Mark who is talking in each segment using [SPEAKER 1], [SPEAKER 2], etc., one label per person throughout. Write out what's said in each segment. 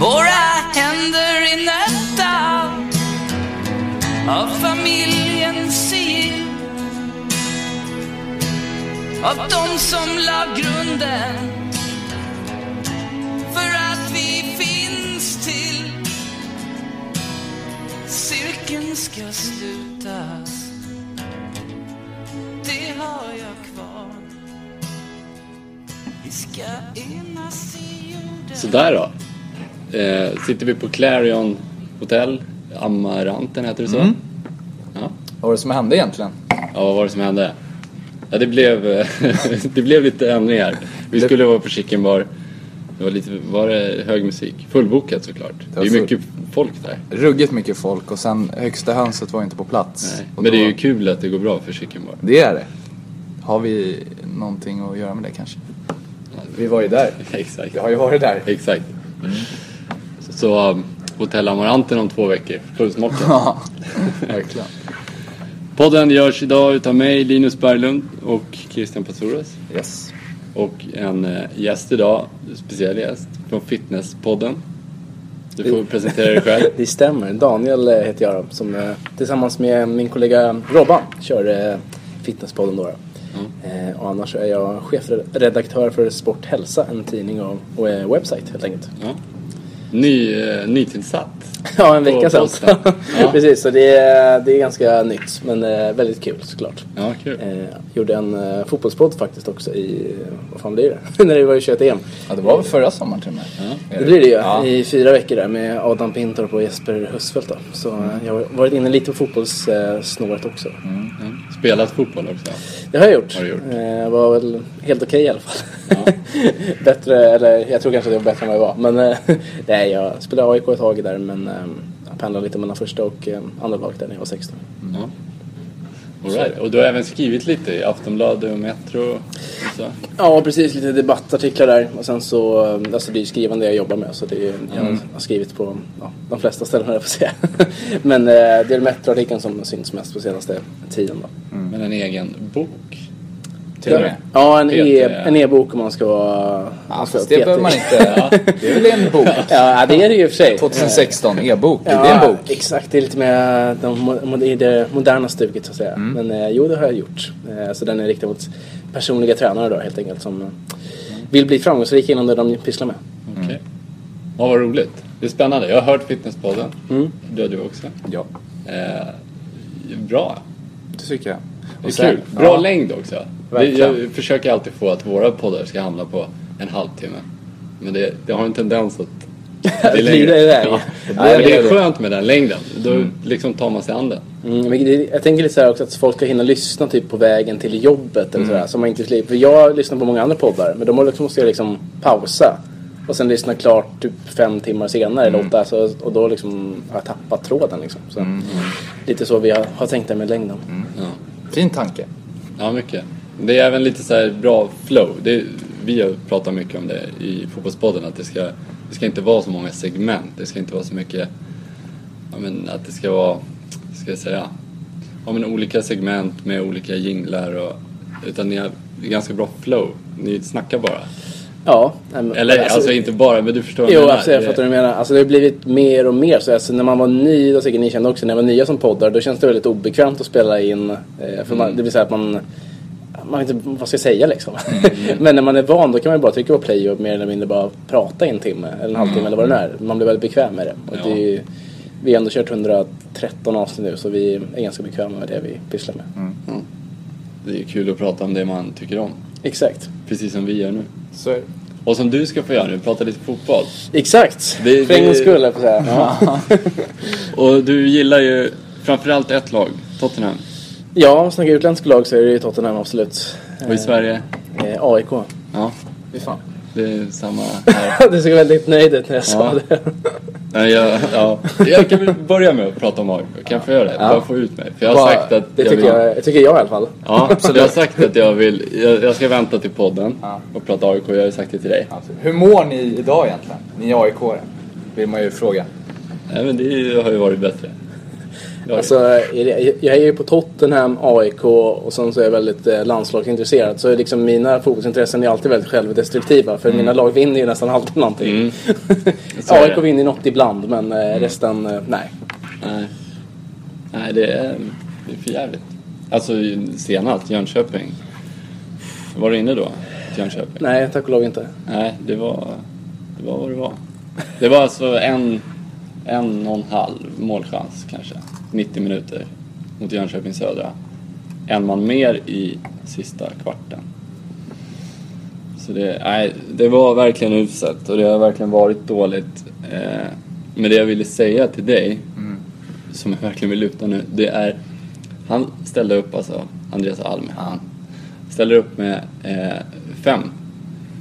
[SPEAKER 1] Våra händer är nötta av familjens sill Av de som la grunden för att vi finns till Cirkeln ska slutas Det har jag kvar Vi ska enas i jorden
[SPEAKER 2] Sådär då. Eh, sitter vi på Clarion Hotel. Amaranten heter det så?
[SPEAKER 3] Mm.
[SPEAKER 2] Ja.
[SPEAKER 3] Vad var det som hände egentligen?
[SPEAKER 2] ja, vad var det som hände? Ja, det blev, eh, det blev lite ändringar. Vi skulle vara på chicken bar. Det var, lite, var det hög musik? Fullbokat såklart. Det,
[SPEAKER 3] var
[SPEAKER 2] är
[SPEAKER 3] full-
[SPEAKER 2] mycket folk där.
[SPEAKER 3] Ruggigt mycket folk och sen högsta hönset var inte på plats.
[SPEAKER 2] Nej.
[SPEAKER 3] Och
[SPEAKER 2] Men det är
[SPEAKER 3] då-
[SPEAKER 2] ju kul att det går bra för chicken bar.
[SPEAKER 3] Det är det. Har vi någonting att göra med det kanske? Vi var ju där.
[SPEAKER 2] Exakt.
[SPEAKER 3] Vi har ju varit där.
[SPEAKER 2] Exakt.
[SPEAKER 3] Mm.
[SPEAKER 2] Så um, Hotell Amaranten om två veckor. Fullsmockat.
[SPEAKER 3] Ja, verkligen.
[SPEAKER 2] Podden görs idag utav mig, Linus Berglund och Christian Pazouras.
[SPEAKER 3] Yes.
[SPEAKER 2] Och en eh, gäst idag, speciell gäst, från Fitnesspodden. Du får presentera dig själv.
[SPEAKER 4] Det stämmer. Daniel eh, heter jag då, som eh, tillsammans med min kollega Robban kör eh, Fitnesspodden. Då, då.
[SPEAKER 3] Mm.
[SPEAKER 4] Eh, och annars är jag chefredaktör för Sport Hälsa, en tidning och, och eh, webbsajt helt enkelt.
[SPEAKER 2] Ja. Ny, eh, nytillsatt.
[SPEAKER 4] Ja, en
[SPEAKER 2] På
[SPEAKER 4] vecka sedan.
[SPEAKER 2] posten. Ja.
[SPEAKER 4] Precis, så det är, det är ganska nytt men eh, väldigt kul såklart.
[SPEAKER 2] Ja, kul.
[SPEAKER 4] Eh, gjorde en eh, fotbollspodd faktiskt också i, vad fan blir det? När det var i 21 EM.
[SPEAKER 3] Ja, det var väl förra sommaren till och med?
[SPEAKER 2] Eh,
[SPEAKER 3] Är
[SPEAKER 4] Det blir det ju.
[SPEAKER 3] Ja.
[SPEAKER 4] I fyra veckor där med Adam Pintorp och Jesper Husfeldt då. Så eh, jag har varit inne lite på fotbollssnåret också.
[SPEAKER 2] Spelat fotboll också.
[SPEAKER 4] Det har jag gjort.
[SPEAKER 2] Mm. Har du gjort?
[SPEAKER 4] Eh, var väl helt okej i alla fall. bättre, eller jag tror kanske att det var bättre än vad jag var. Men eh, nej, jag spelade AIK ett tag där men eh, jag pendlade lite mellan första och eh, andra laget där när jag var 16.
[SPEAKER 2] Ja. All right. Och du har även skrivit lite i Aftonbladet och Metro. Och så.
[SPEAKER 4] Ja, precis. Lite debattartiklar där. Och sen så, eh, alltså det är ju skrivande jag jobbar med så det är,
[SPEAKER 3] Mm.
[SPEAKER 4] jag har skrivit på ja, de flesta ställen höll jag på att säga. men eh, det är Metro-artikeln som syns mest på senaste tiden då.
[SPEAKER 2] Men en egen bok.
[SPEAKER 3] Mm. Till och med. eh,
[SPEAKER 4] Ja, en
[SPEAKER 2] Peter,
[SPEAKER 4] e-
[SPEAKER 2] ja.
[SPEAKER 4] en e-bok om man ska vara...
[SPEAKER 3] Ja, fast det behöver man inte. Det är väl en bok?
[SPEAKER 4] alltså, Ja, det är det ju i och för sig.
[SPEAKER 3] 2016, e-bok. Det är en bok.
[SPEAKER 4] Exakt, det är lite mer de, mo- i det moderna stuket så att säga.
[SPEAKER 3] Mm.
[SPEAKER 4] Men eh, jo, det har jag gjort. Eh, så den är riktad mot personliga tränare då helt enkelt som eh,
[SPEAKER 3] Mm.
[SPEAKER 4] vill bli framgångsrika inom det de pysslar med.
[SPEAKER 2] Okej.
[SPEAKER 3] Mm.
[SPEAKER 2] Ja, vad roligt. Det är spännande. Jag har hört Fitnesspodden.
[SPEAKER 3] Mm.
[SPEAKER 2] Det har du också.
[SPEAKER 3] Ja,
[SPEAKER 2] Eh, bra.
[SPEAKER 3] det tycker jag.
[SPEAKER 2] Det är
[SPEAKER 3] sen-
[SPEAKER 2] kul. Bra
[SPEAKER 3] ja.
[SPEAKER 2] längd också. Det,
[SPEAKER 3] Verkligen.
[SPEAKER 2] jag försöker alltid få att våra poddar ska hamna på en halvtimme. Men det, det har en tendens att
[SPEAKER 4] Blir det det?
[SPEAKER 2] Ja. Ja,
[SPEAKER 4] Det
[SPEAKER 2] men det
[SPEAKER 3] det.
[SPEAKER 2] är skönt med den längden. Då liksom tar man sig an den.
[SPEAKER 4] Mm, men det- jag tänker lite så här också att folk ska hinna lyssna typ på vägen till jobbet eller
[SPEAKER 2] Mm.
[SPEAKER 4] sådär. Så man inte slipper. För jag lyssnar på många andra poddar men de har liksom- måste jag liksom pausa. Och sen lyssna klart typ fem timmar senare
[SPEAKER 2] Mm.
[SPEAKER 4] eller åtta. Så, och då liksom har jag tappat tråden liksom. Så, Lite så vi har, har tänkt det med längden.
[SPEAKER 2] Ja.
[SPEAKER 3] Fin tanke.
[SPEAKER 2] ja, mycket. Det är även lite så här bra flow. Det, vi har pratat mycket om det i Fotbollspodden. Att det ska, det ska inte vara så många segment. Det ska inte vara så mycket... Ja, men att det ska vara... Ska jag säga? Ja, men olika segment med olika jinglar och... Utan ni har ganska bra flow. Ni snackar bara.
[SPEAKER 4] Ja. nej, men-
[SPEAKER 2] Eller alltså, inte bara, men du förstår vad
[SPEAKER 4] Jo,
[SPEAKER 2] menar. eh,
[SPEAKER 4] alltså, jag fattar vad du menar. Alltså, det har blivit mer och mer så. Alltså, när man var ny, då säkert ni kände också, när man var nya som poddar, då känns det väldigt obekvämt att spela in. eh, För man, det blir så här att man... Man vet inte vad ska jag säga liksom. Men när man är van då kan man ju bara trycka på play och mer eller mindre bara prata i en timme eller en halvtimme eller vad det nu är. Man blir väldigt bekväm med det. Och det är ju, vi har ändå kört 113 avsnitt nu så vi är ganska bekväma med det vi pysslar med.
[SPEAKER 2] Det är kul att prata om det man tycker om.
[SPEAKER 4] Exakt.
[SPEAKER 2] Precis som vi gör nu.
[SPEAKER 3] Så är det.
[SPEAKER 2] Och som du ska få göra nu, prata lite fotboll.
[SPEAKER 4] Exakt!
[SPEAKER 2] Det-
[SPEAKER 4] För en
[SPEAKER 2] det-
[SPEAKER 4] gångs skull höll jag på att säga.
[SPEAKER 2] Och du gillar ju framförallt ett lag, Tottenham.
[SPEAKER 4] Ja, snacka utländska lag så är det ju Tottenham absolut.
[SPEAKER 2] Och i Sverige?
[SPEAKER 4] Eh, AIK.
[SPEAKER 2] Ja,
[SPEAKER 3] Fy fan.
[SPEAKER 2] det är samma här.
[SPEAKER 4] du såg väldigt nöjd ut när jag sa
[SPEAKER 2] Ja.
[SPEAKER 4] det.
[SPEAKER 2] Nej, jag, ja. jag kan väl börja med att prata om AIK. Kan jag få göra det? Bara få ut mig. För jag har
[SPEAKER 4] Bara-
[SPEAKER 2] sagt att...
[SPEAKER 4] Det
[SPEAKER 2] jag
[SPEAKER 4] tycker
[SPEAKER 2] vill-
[SPEAKER 4] jag, tycker jag i alla fall.
[SPEAKER 2] Ja, jag har sagt att jag vill... Jag, jag ska vänta till podden
[SPEAKER 3] Ja.
[SPEAKER 2] och prata AIK. Jag har ju sagt det till dig.
[SPEAKER 3] Alltså, hur mår ni idag egentligen? Ni AIK-are? Vill man ju fråga.
[SPEAKER 2] Nej, men det är ju- har ju varit bättre. Det har
[SPEAKER 4] Alltså, är det- jag är ju på Tottenham, AIK och sen så är jag väldigt eh, landslagsintresserad. Så liksom mina fotbollsintressen är alltid väldigt självdestruktiva för mina lag vinner ju nästan alltid någonting.
[SPEAKER 2] Mm. Så är
[SPEAKER 4] AIK
[SPEAKER 2] det. Mm.
[SPEAKER 4] vinner ju något ibland men eh, resten, eh, nej.
[SPEAKER 2] Nej. Nej, det är, det är för jävligt. Alltså senast, Jönköping. Var du inne då? till Jönköping?
[SPEAKER 4] Nej, tack och lov inte.
[SPEAKER 2] Nej, det var, det var vad det var. Det var alltså en, en och en halv målchans kanske. 90 minuter mot Jönköping Södra. En man mer i sista kvarten. Så det, nej, det var verkligen uselt och det har verkligen varit dåligt. Eh, men det jag ville säga till dig, som jag verkligen vill lyfta nu, det är... Han ställde upp, alltså, Andreas Alm, han ställer upp med eh, fem,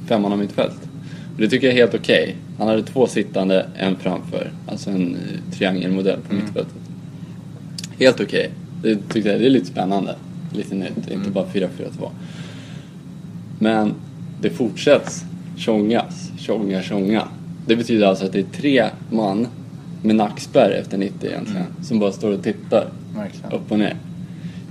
[SPEAKER 2] femman av mitt fält. Och det tycker jag är helt okej. Han hade två sittande, en framför. Alltså en eh, triangelmodell på mittfältet. Helt okej. Det tyckte jag det är lite spännande. Lite nytt, inte bara 4-4-2. Men det fortsätts tjongas, tjonga, tjonga. Det betyder alltså att det är tre man med nackspärr efter 90 egentligen, som bara står och tittar
[SPEAKER 3] Verkligen.
[SPEAKER 2] upp och ner.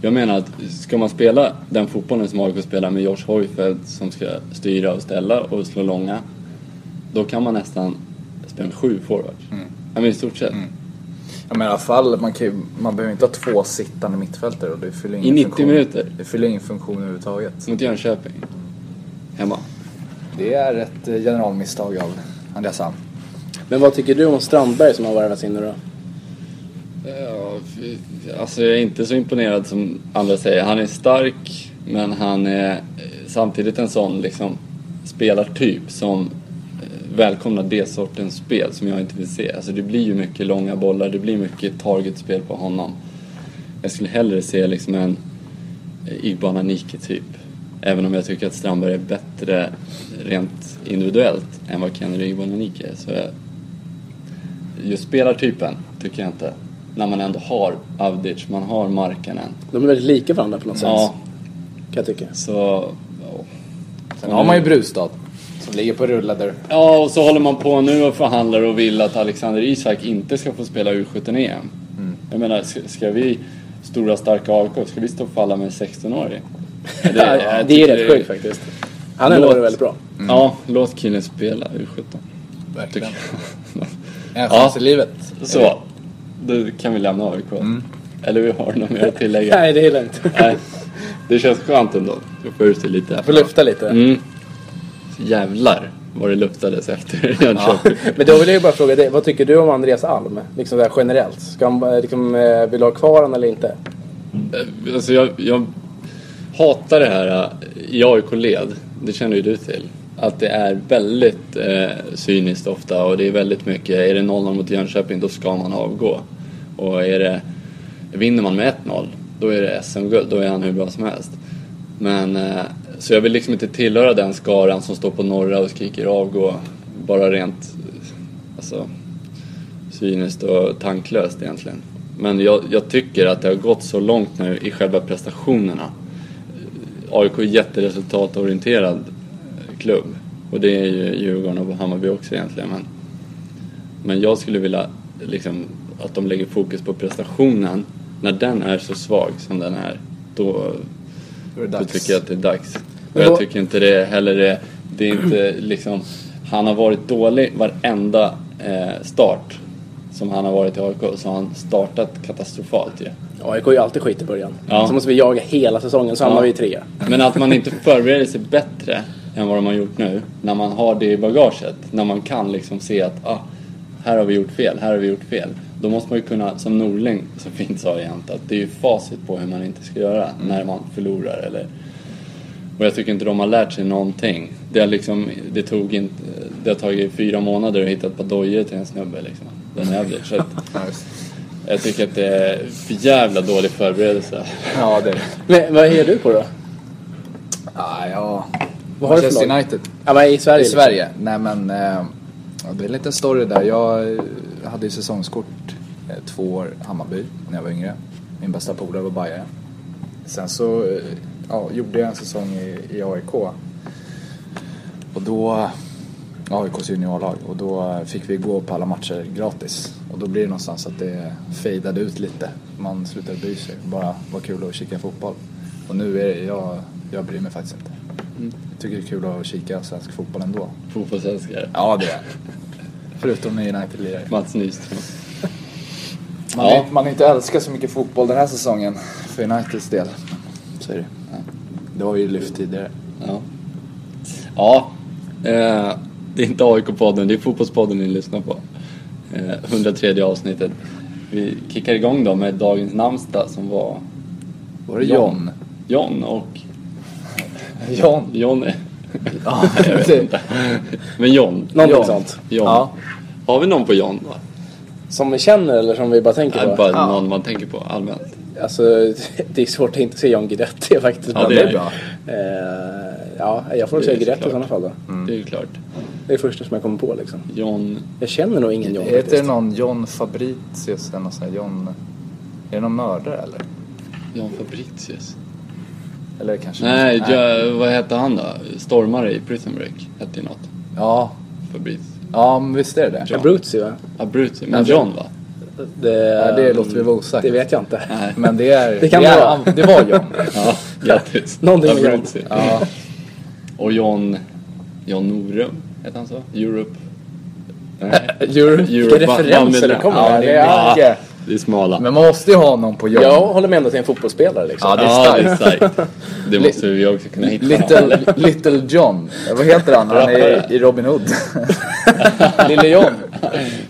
[SPEAKER 2] Jag menar att ska man spela den fotbollen som AIK spelar med Josh Hojfeldt som ska styra och ställa och slå långa, då kan man nästan spela med sju forwards. Ja, men i stort sett.
[SPEAKER 3] Ja, men i alla fall, man, kan ju, man behöver inte ha två sittande mittfältare och det fyller ingen
[SPEAKER 2] 90
[SPEAKER 3] funktion.
[SPEAKER 2] minuter.
[SPEAKER 3] Det fyller ingen funktion överhuvudtaget.
[SPEAKER 2] Mot Jönköping, hemma.
[SPEAKER 3] Det är ett eh, generalmisstag av Andreas Alm.
[SPEAKER 4] Men vad tycker du om Strandberg som har värvats in nu då?
[SPEAKER 2] Ja, fy- alltså jag är inte så imponerad som andra säger. Han är stark, men han är eh, samtidigt en sån liksom spelartyp som eh, välkomnar det sortens spel som jag inte vill se. Alltså det blir ju mycket långa bollar, det blir mycket targetspel på honom. Jag skulle hellre se liksom en eh, Igbana Nike typ. Även om jag tycker att Strandberg är bättre rent individuellt än vad Kenny Igbana Nike är. Så jag, just spelartypen tycker jag inte. När man ändå har Avdic, man har Markkanen.
[SPEAKER 4] De är väldigt lika varandra på något sätt.
[SPEAKER 2] Ja,
[SPEAKER 4] Kan jag tycka.
[SPEAKER 2] så... ja.
[SPEAKER 3] Sen
[SPEAKER 2] Mm.
[SPEAKER 3] har man ju Brustad som ligger på rulle där uppe.
[SPEAKER 2] Ja, och så håller man på nu och förhandlar och vill att Alexander Isak inte ska få spela U17-EM. Jag menar, ska, ska vi, stora starka AIK, ska vi stå och falla med en 16-årig? Det,
[SPEAKER 4] Det,
[SPEAKER 2] jag
[SPEAKER 4] det
[SPEAKER 2] tycker
[SPEAKER 4] är rätt sjukt faktiskt. Han är nog
[SPEAKER 2] Låt-
[SPEAKER 4] väldigt bra.
[SPEAKER 2] Ja, låt killen spela U17.
[SPEAKER 3] Verkligen.
[SPEAKER 2] Tycker
[SPEAKER 3] En chans
[SPEAKER 2] Ja.
[SPEAKER 3] i livet.
[SPEAKER 2] jag. Så, då kan vi lämna AIK. Eller vi har något mer att tillägga.
[SPEAKER 4] Nej, det är lugnt.
[SPEAKER 2] Nej, det känns skönt ändå. Jag får ut det lite. här.
[SPEAKER 4] Får lufta lite.
[SPEAKER 2] Mm. Jävlar vad det luftades efter Jönköping.
[SPEAKER 4] Men då vill jag ju bara fråga dig, vad tycker du om Andreas Alm? Liksom där generellt. Ska han, eh, liksom, eh, vill du ha kvar honom eller inte?
[SPEAKER 2] Eh, Alltså jag, jag hatar det här eh, i AIK-led, det känner ju du till. Att det är väldigt eh, cyniskt ofta och det är väldigt mycket, är det 0-0 mot Jönköping då ska man avgå. Och är det, vinner man med 1-0 då är det SM-guld, då är han hur bra som helst. Men, eh, så jag vill liksom inte tillhöra den skaran som står på norra och skriker avgå. Bara rent, eh, alltså cyniskt och tanklöst egentligen. Men jag, jag tycker att det har gått så långt nu i själva prestationerna. AIK är jätteresultatorienterad eh, klubb. Och det är ju Djurgården och Hammarby också egentligen. Men, men jag skulle vilja liksom, att de lägger fokus på prestationen. När den är så svag som den är, då,
[SPEAKER 3] Då är det
[SPEAKER 2] då
[SPEAKER 3] dags.
[SPEAKER 2] tycker jag att det är dags. Och
[SPEAKER 4] Men
[SPEAKER 2] jag
[SPEAKER 4] vad-
[SPEAKER 2] tycker inte det heller är... Det är inte liksom... Han har varit dålig varenda eh, start som han har varit i AIK. Så har han startat katastrofalt ju.
[SPEAKER 4] AIK är ju alltid skit i början.
[SPEAKER 2] Ja.
[SPEAKER 4] Så måste vi jaga hela säsongen, så hamnar
[SPEAKER 2] Ja.
[SPEAKER 4] vi i trea.
[SPEAKER 2] Men att man inte förbereder sig bättre än vad de har gjort nu. När man har det i bagaget. När man kan liksom se att ah, här har vi gjort fel, här har vi gjort fel. Då måste man ju kunna, som Norling så fint sa jämt, att det är ju facit på hur man inte ska göra när man förlorar eller och jag tycker inte de har lärt sig någonting. Det, har liksom, det, tog inte, det har tagit fyra månader att hitta ett par dojor till en snubbe liksom. Den är jävligt. Så att,
[SPEAKER 3] Ja, just.
[SPEAKER 2] Jag tycker att det är för jävla dålig förberedelse.
[SPEAKER 3] Ja, det är det.
[SPEAKER 4] Men vad hejar du på då?
[SPEAKER 3] Ah, ja.
[SPEAKER 4] Vad har du för
[SPEAKER 3] Manchester
[SPEAKER 4] lag?
[SPEAKER 3] United.
[SPEAKER 4] Ja, men i Sverige.
[SPEAKER 3] I Sverige? Nej men, eh, ja, det är en liten story där. Jag eh, hade ju säsongskort eh, två år Hammarby när jag var yngre. Min bästa polare var bajare. Sen så eh, ja, gjorde jag en säsong i, i AIK. Och då, AIKs juniorlag, och då eh, fick vi gå på alla matcher gratis. Och då blir det någonstans att det fejdade ut lite. Man slutade bry sig. Bara var kul att kika fotboll. Och nu är det, jag, jag bryr mig faktiskt inte. Jag tycker det är kul att kika svensk fotboll ändå.
[SPEAKER 2] Fotbollsälskare.
[SPEAKER 3] Ja, det är Förutom när United lirar.
[SPEAKER 2] Mats Nyström.
[SPEAKER 3] Man,
[SPEAKER 2] Ja.
[SPEAKER 3] man inte älskar så mycket fotboll den här säsongen för Uniteds del. Så är det. Det har vi ju lyft tidigare.
[SPEAKER 2] Ja. ja. Eh, det är inte AIK-podden, det är Fotbollspodden ni lyssnar på. Eh, 103 avsnittet. Vi kickar igång då med dagens namnsdag som var
[SPEAKER 3] Var det John?
[SPEAKER 2] John och
[SPEAKER 4] liksom.
[SPEAKER 3] John?
[SPEAKER 2] Johnny.
[SPEAKER 3] Ja,
[SPEAKER 2] Jag vet inte. Men John.
[SPEAKER 4] Någonting
[SPEAKER 2] John.
[SPEAKER 4] sånt.
[SPEAKER 2] John.
[SPEAKER 3] Ja.
[SPEAKER 2] Har vi någon på John då?
[SPEAKER 4] Som vi känner eller som vi bara tänker
[SPEAKER 2] Nej,
[SPEAKER 4] på?
[SPEAKER 2] bara någon man tänker på allmänt.
[SPEAKER 4] Alltså, det är svårt att inte se John Guidetti faktiskt.
[SPEAKER 2] Ja, det
[SPEAKER 3] det
[SPEAKER 2] är
[SPEAKER 3] är bra.
[SPEAKER 4] Eh, ja, jag får nog
[SPEAKER 2] Det
[SPEAKER 4] säga
[SPEAKER 2] är
[SPEAKER 4] Guidetti i
[SPEAKER 2] klart.
[SPEAKER 4] sådana fall då.
[SPEAKER 2] Det är ju klart.
[SPEAKER 4] Det är första som jag kommer på liksom.
[SPEAKER 2] John.
[SPEAKER 4] Jag känner nog ingen John
[SPEAKER 3] Heter det
[SPEAKER 4] faktiskt.
[SPEAKER 3] någon John Fabricius eller någon sån här John... Är det någon mördare eller?
[SPEAKER 2] John Fabricius.
[SPEAKER 3] Eller kanske...
[SPEAKER 2] Nej, Jag, vad hette han då? Stormare i Prison Break. Hette ju något.
[SPEAKER 3] Ja.
[SPEAKER 2] Fabricius.
[SPEAKER 3] Ja, men visst är det det?
[SPEAKER 4] Abruzzi va?
[SPEAKER 2] Abruzzi. Men
[SPEAKER 3] Nej,
[SPEAKER 2] John va?
[SPEAKER 4] Det,
[SPEAKER 3] Ja, det låter vi vara osagt.
[SPEAKER 4] Det vet jag inte.
[SPEAKER 2] Nej.
[SPEAKER 3] Men det är...
[SPEAKER 4] Det kan
[SPEAKER 3] det
[SPEAKER 4] vara.
[SPEAKER 3] är- Det var John.
[SPEAKER 2] Ja, grattis.
[SPEAKER 4] Någonting med
[SPEAKER 2] Abruzzi.
[SPEAKER 3] Ja.
[SPEAKER 2] Och John... John Norum, hette han så? Europe... Nej.
[SPEAKER 4] Europe. Vilka
[SPEAKER 2] Europe-
[SPEAKER 4] referenser det
[SPEAKER 2] Malmö-
[SPEAKER 4] kommer.
[SPEAKER 3] Ja,
[SPEAKER 4] här.
[SPEAKER 3] det är
[SPEAKER 4] Ja.
[SPEAKER 3] mycket.
[SPEAKER 2] Det är smala.
[SPEAKER 3] Men man måste ju ha någon på John.
[SPEAKER 4] Jag håller med ända till en fotbollsspelare liksom.
[SPEAKER 3] Ja, det är
[SPEAKER 2] ja,
[SPEAKER 3] starkt.
[SPEAKER 2] det är starkt. Det måste vi också kunna hitta.
[SPEAKER 3] Little, Little John. Eh, Vad heter han? Han är i Robin Hood. Lille John.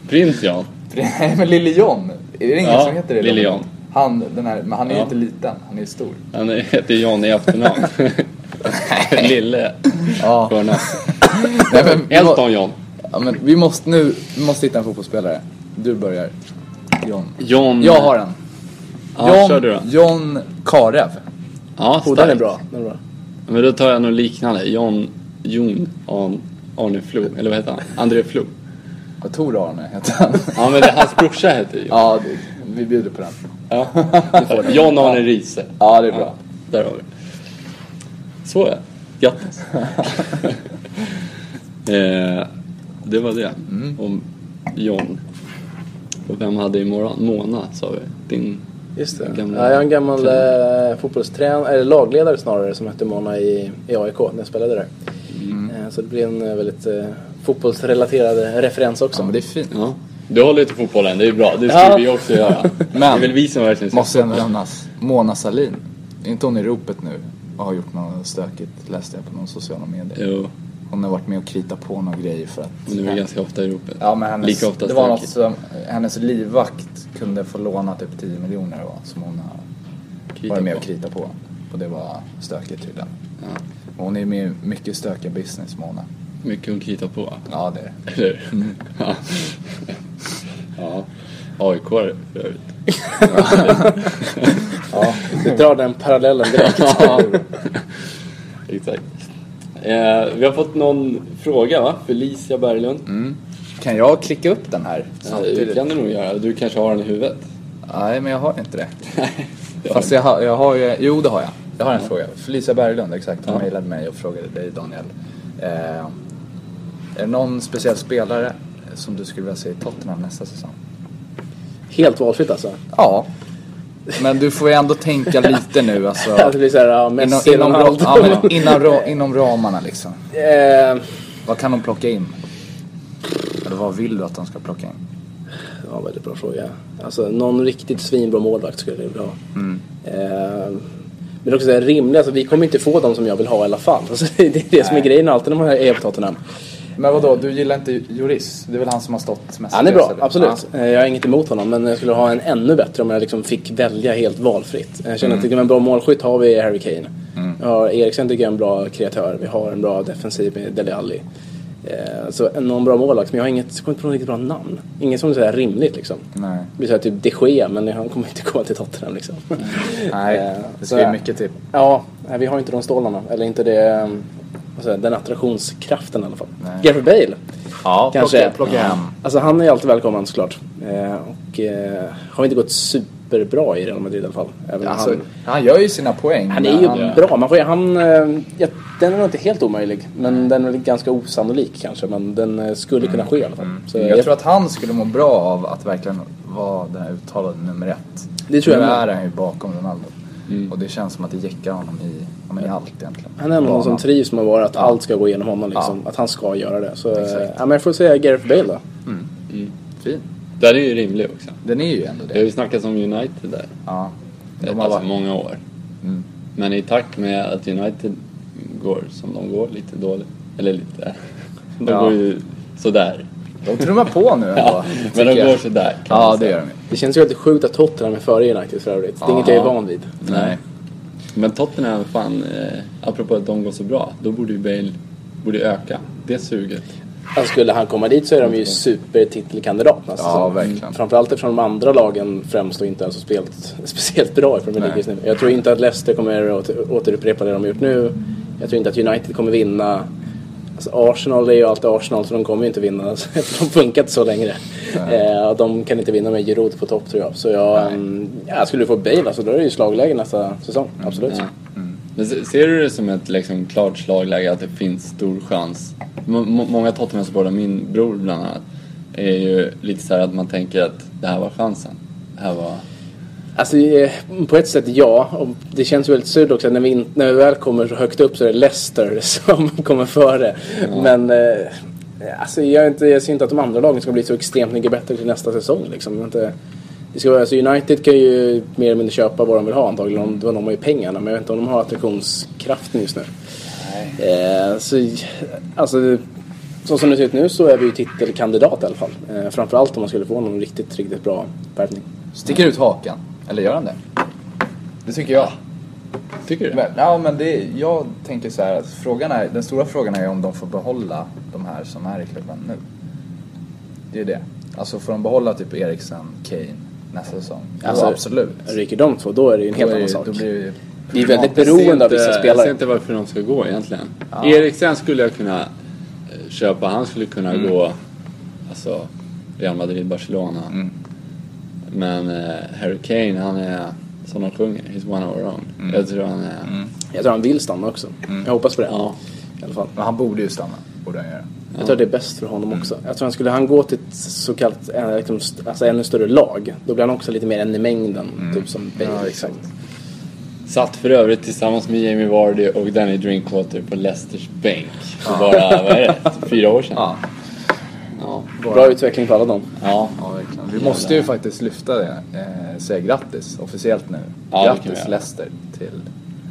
[SPEAKER 2] Prins John.
[SPEAKER 3] Nej men Lille John. Är det ingen
[SPEAKER 2] Ja,
[SPEAKER 3] som heter det?
[SPEAKER 2] Lille John.
[SPEAKER 3] Han, den här, men han är ju
[SPEAKER 2] Ja.
[SPEAKER 3] inte liten. Han är ju stor.
[SPEAKER 2] Han heter John i efternamn. Lille.
[SPEAKER 3] Ja.
[SPEAKER 2] Förnamn.
[SPEAKER 3] Nej, men, vi, må,
[SPEAKER 2] Elton John.
[SPEAKER 3] ja, men vi måste nu, vi måste hitta en fotbollsspelare. Du börjar. John.
[SPEAKER 2] John.
[SPEAKER 3] Jag har en.
[SPEAKER 2] Ja,
[SPEAKER 3] John,
[SPEAKER 2] kör du då.
[SPEAKER 3] John Karev.
[SPEAKER 2] Ja,
[SPEAKER 4] Oh,
[SPEAKER 2] starkt.
[SPEAKER 4] den är bra. Den är bra.
[SPEAKER 2] Men då tar jag något liknande. John, Jon, Arn, Arne Flo. Eller vad heter han? André Flo.
[SPEAKER 3] Vad Tor Arne heter han.
[SPEAKER 2] Ja, men det, hans brorsa heter ju.
[SPEAKER 3] Ja, det, vi bjuder på den.
[SPEAKER 2] Ja. John Arne Riise.
[SPEAKER 3] Ja, det är bra.
[SPEAKER 2] Där har vi det. Så ja. Grattis. eh, det var det.
[SPEAKER 3] Mm.
[SPEAKER 2] Om John. Och vem hade imorgon? Mona sa vi. Din...
[SPEAKER 4] Just det.
[SPEAKER 2] Gamla-
[SPEAKER 4] ja, jag har en gammal
[SPEAKER 2] tränare.
[SPEAKER 4] eh, fotbollstränare, eller lagledare snarare, som hette Mona i, i AIK när jag spelade där.
[SPEAKER 3] Mm.
[SPEAKER 4] Eh, så det blir en eh, väldigt eh, fotbollsrelaterad eh, referens också.
[SPEAKER 3] Ja, men det är fint.
[SPEAKER 2] Ja. Du håller ju till fotbollen, det är bra. Det skulle
[SPEAKER 4] Ja.
[SPEAKER 2] vi också göra. Men. Det är väl vi som verkligen ska-
[SPEAKER 3] Måste ändå nämnas. Mona Salin. Är inte hon i ropet nu? Och har gjort något stökigt, läste jag på någon sociala medier.
[SPEAKER 2] Jo,
[SPEAKER 3] Hon har varit med och kritat på några grejer för att...
[SPEAKER 2] men nu är vi ganska ofta i ropet.
[SPEAKER 3] Ja men hennes,
[SPEAKER 2] Lika ofta
[SPEAKER 3] det var något
[SPEAKER 2] stökigt.
[SPEAKER 3] som, hennes livvakt kunde få låna typ 10 miljoner det var, som hon har
[SPEAKER 2] Krita
[SPEAKER 3] varit med
[SPEAKER 2] på.
[SPEAKER 3] och kritat på. Och det var stökigt tydligen.
[SPEAKER 2] Ja.
[SPEAKER 3] Och Hon är med i mycket stökiga business Mona.
[SPEAKER 2] Mycket hon kritar på.
[SPEAKER 3] Ja det är det.
[SPEAKER 2] Eller Ja. ja. AIK för övrigt.
[SPEAKER 4] Vi drar den parallellen direkt.
[SPEAKER 2] Exakt. Eh, vi har fått någon fråga va? Felicia Berglund.
[SPEAKER 3] Kan jag klicka upp den här?
[SPEAKER 2] Ja, det
[SPEAKER 3] Mm, samtidigt?
[SPEAKER 2] kan du nog göra. Du kanske har den i huvudet?
[SPEAKER 3] Nej men jag har inte det.
[SPEAKER 2] Ja.
[SPEAKER 3] Fast jag har, jag har ju, jo det har jag. Jag har en fråga. Felicia Berglund, exakt. Hon mejlade mig och frågade dig Daniel. Eh, är det någon speciell spelare som du skulle vilja se i Tottenham nästa säsong?
[SPEAKER 4] Helt valfritt alltså.
[SPEAKER 3] Ja. Men du får ju ändå tänka lite nu alltså.
[SPEAKER 4] Alltså det blir såhär, ja,
[SPEAKER 3] Inom,
[SPEAKER 4] Messi,
[SPEAKER 3] inom, ra-
[SPEAKER 4] Ronaldo.
[SPEAKER 3] ja, men, inom, ra- inom ramarna liksom.
[SPEAKER 4] Eh,
[SPEAKER 3] Vad kan de plocka in? Eller vad vill du att de ska plocka in?
[SPEAKER 4] Ja, väldigt bra fråga. Alltså någon riktigt svinbra målvakt skulle det bra. Mm. Eh, men också så här rimligt, alltså, vi kommer inte få dem som jag vill ha i alla fall. Alltså, det är det som är grejen alltid när man är på Tottenham.
[SPEAKER 3] Men vadå, du gillar inte Juris? Det är väl han som har stått mest?
[SPEAKER 4] Han är bra, absolut. Eh, Jag har inget emot honom, men jag skulle ha en ännu bättre om jag liksom fick välja helt valfritt. Eh, Jag känner att det är en bra målskytt har vi i Harry Kane. Vi har Eriksen tycker jag är en bra kreatör. Vi har en bra defensiv med Dele Alli. Eh, så en- någon bra målvakt, men jag har inget, jag kommer inte på något riktigt bra namn. Inget som är sådär rimligt liksom.
[SPEAKER 3] Nej.
[SPEAKER 4] Det blir såhär typ de Gea, men han kommer inte komma till Tottenham liksom.
[SPEAKER 3] Nej,
[SPEAKER 4] Eh,
[SPEAKER 3] det
[SPEAKER 4] så
[SPEAKER 3] ska ju
[SPEAKER 4] jag-
[SPEAKER 3] mycket till.
[SPEAKER 4] Ja, nej, vi har inte de stålarna. Eller inte det, mm, vad säger jag, den attraktionskraften i alla fall.
[SPEAKER 3] Nej.
[SPEAKER 4] Gareth Bale.
[SPEAKER 3] Ja,
[SPEAKER 4] Kanske.
[SPEAKER 3] plocka, plocka hem.
[SPEAKER 4] Alltså han är ju alltid välkommen såklart. Eh, och eh, har inte gått superbra i Real Madrid i alla fall. Även
[SPEAKER 3] Ja, han,
[SPEAKER 4] om han,
[SPEAKER 3] Alltså, han gör ju sina poäng.
[SPEAKER 4] han
[SPEAKER 3] men
[SPEAKER 4] är ju
[SPEAKER 3] han-
[SPEAKER 4] bra. Man får, ju- han, eh, ja, den är nog inte helt omöjlig. Men den är väl ganska osannolik kanske. Men den eh, skulle kunna ske i alla fall. Så
[SPEAKER 3] Mm. jag, tror att han skulle må bra av att verkligen vara den här uttalade nummer ett.
[SPEAKER 4] Det tror jag
[SPEAKER 3] nu
[SPEAKER 4] med. Mm.
[SPEAKER 3] är han ju bakom Ronaldo. Och det känns som att det jäckar honom i, ja, men i allt egentligen.
[SPEAKER 4] han är någon
[SPEAKER 3] Banan.
[SPEAKER 4] som trivs med bara att allt ska gå igenom honom. Liksom. Att han ska göra det. Så eh,
[SPEAKER 3] Exakt.
[SPEAKER 4] ja, men jag får säga Gareth Bale då.
[SPEAKER 3] Fin.
[SPEAKER 2] Den är ju rimlig också.
[SPEAKER 3] Den är ju ändå
[SPEAKER 2] Det
[SPEAKER 4] Mm.
[SPEAKER 2] har
[SPEAKER 3] det.
[SPEAKER 2] ju snackats om United där.
[SPEAKER 3] Ja.
[SPEAKER 2] De
[SPEAKER 3] De
[SPEAKER 2] alltså
[SPEAKER 3] har varit,
[SPEAKER 2] många år.
[SPEAKER 3] Mm.
[SPEAKER 2] Men i takt med att United går som de går, lite dåligt. Eller lite... De
[SPEAKER 3] Ja.
[SPEAKER 2] går ju sådär.
[SPEAKER 3] de trummar på nu ändå.
[SPEAKER 2] Men de
[SPEAKER 3] tycker
[SPEAKER 2] går
[SPEAKER 3] jag.
[SPEAKER 2] sådär kan
[SPEAKER 3] Ja,
[SPEAKER 2] man
[SPEAKER 3] det
[SPEAKER 2] säga.
[SPEAKER 3] gör de ju.
[SPEAKER 4] Det känns ju alltid sjukt att Tottenham är före United för övrigt. Det är inget
[SPEAKER 3] Ja.
[SPEAKER 4] jag är van vid.
[SPEAKER 3] Nej.
[SPEAKER 2] Men Tottenham, fan, eh, apropå att de går så bra, då borde ju Bale borde öka. Det suget.
[SPEAKER 4] Alltså skulle han komma dit så är de ju supertitelkandidat nästa
[SPEAKER 3] Mm. Ja,
[SPEAKER 4] säsong.
[SPEAKER 3] verkligen.
[SPEAKER 4] Framförallt eftersom de andra lagen främst då inte är så spelt, speciellt bra i Premier League
[SPEAKER 3] Nej.
[SPEAKER 4] just nu. Jag tror inte att Leicester kommer att åter- återupprepa det de har gjort nu. Jag tror inte att United kommer vinna. Alltså Arsenal är ju alltid Arsenal så de kommer ju inte vinna. Alltså, de funkar inte så längre. Eh, och de kan inte vinna med Giroud på topp tror jag. Så jag,
[SPEAKER 3] Nej.
[SPEAKER 4] mm, ja, skulle du få Bale alltså, då är det ju slagläge nästa säsong.
[SPEAKER 3] Mm.
[SPEAKER 4] Absolut.
[SPEAKER 2] Ja. Men se- ser du det som ett liksom, klart slagläge att det finns stor chans? M- m- många Tottenham-supportrar, min bror bland annat, är ju lite så här att man tänker att det här var chansen. Det här var...
[SPEAKER 4] Alltså eh, på ett sätt ja. Och det känns väldigt surt också när vi, in, när vi väl kommer så högt upp så är det Leicester som kommer före. Men eh, alltså, jag, är inte, jag ser inte att de andra lagen ska bli så extremt mycket bättre till nästa säsong. Liksom. Jag är Inte, det ska vara, alltså United kan ju mer eller mindre köpa vad de vill ha antagligen. De, de har ju pengarna men jag vet inte om de har attraktionskraften just nu. Eh, så, alltså, så som det ser ut nu så är vi ju titelkandidat i alla fall. Eh, framförallt om man skulle få någon riktigt, riktigt bra värvning.
[SPEAKER 3] Sticker ut hakan. Eller gör han det? Det tycker jag.
[SPEAKER 2] Tycker du?
[SPEAKER 3] Men, ja, men det, jag tänker så här att frågan är, den stora frågan är om de får behålla de här som är i klubben nu. Det är det. Alltså får de behålla typ Eriksen, Kane nästa säsong? Alltså,
[SPEAKER 4] Alltså,
[SPEAKER 3] ja, absolut.
[SPEAKER 4] Ryker de två, då är det ju en helt
[SPEAKER 3] Då är
[SPEAKER 4] annan
[SPEAKER 3] det-
[SPEAKER 4] sak.
[SPEAKER 3] Då blir det ju
[SPEAKER 4] Vi är väldigt
[SPEAKER 3] problematiskt.
[SPEAKER 4] beroende av
[SPEAKER 2] Jag ser
[SPEAKER 4] vissa
[SPEAKER 2] inte- Jag
[SPEAKER 4] spelare.
[SPEAKER 2] ser inte varför de ska gå egentligen. Eriksen skulle jag kunna eh, köpa. Han skulle kunna
[SPEAKER 3] Mm.
[SPEAKER 2] gå alltså, Real Madrid, Barcelona.
[SPEAKER 3] Mm.
[SPEAKER 2] Men eh, Harry Kane, han är som de sjunger. He's one of our own.
[SPEAKER 3] Mm.
[SPEAKER 2] Jag tror han är...
[SPEAKER 4] Jag tror han vill stanna också. Jag hoppas på det.
[SPEAKER 2] Ja.
[SPEAKER 4] I alla fall.
[SPEAKER 3] Men han borde ju stanna, borde han göra.
[SPEAKER 4] Jag tror det är bäst för
[SPEAKER 3] Mm.
[SPEAKER 4] honom också. Jag tror han skulle han gå till ett så kallat eh, liksom, st- alltså, ännu större lag, då blir han också lite mer en i mängden. Typ som Bale.
[SPEAKER 3] Mm. Ja,
[SPEAKER 4] liksom.
[SPEAKER 3] exakt.
[SPEAKER 2] Satt för övrigt tillsammans med Jamie Vardy och Danny Drinkwater på Leicesters bänk. För bara, vad är det? Fyra år sedan?
[SPEAKER 3] Ja,
[SPEAKER 2] Ja.
[SPEAKER 4] Bra utveckling för alla dem.
[SPEAKER 2] Ja.
[SPEAKER 3] ja verkligen. Vi måste ju faktiskt lyfta det. Eh, säga grattis officiellt nu.
[SPEAKER 2] Ja, det kan vi
[SPEAKER 3] grattis
[SPEAKER 2] göra.
[SPEAKER 3] Leicester till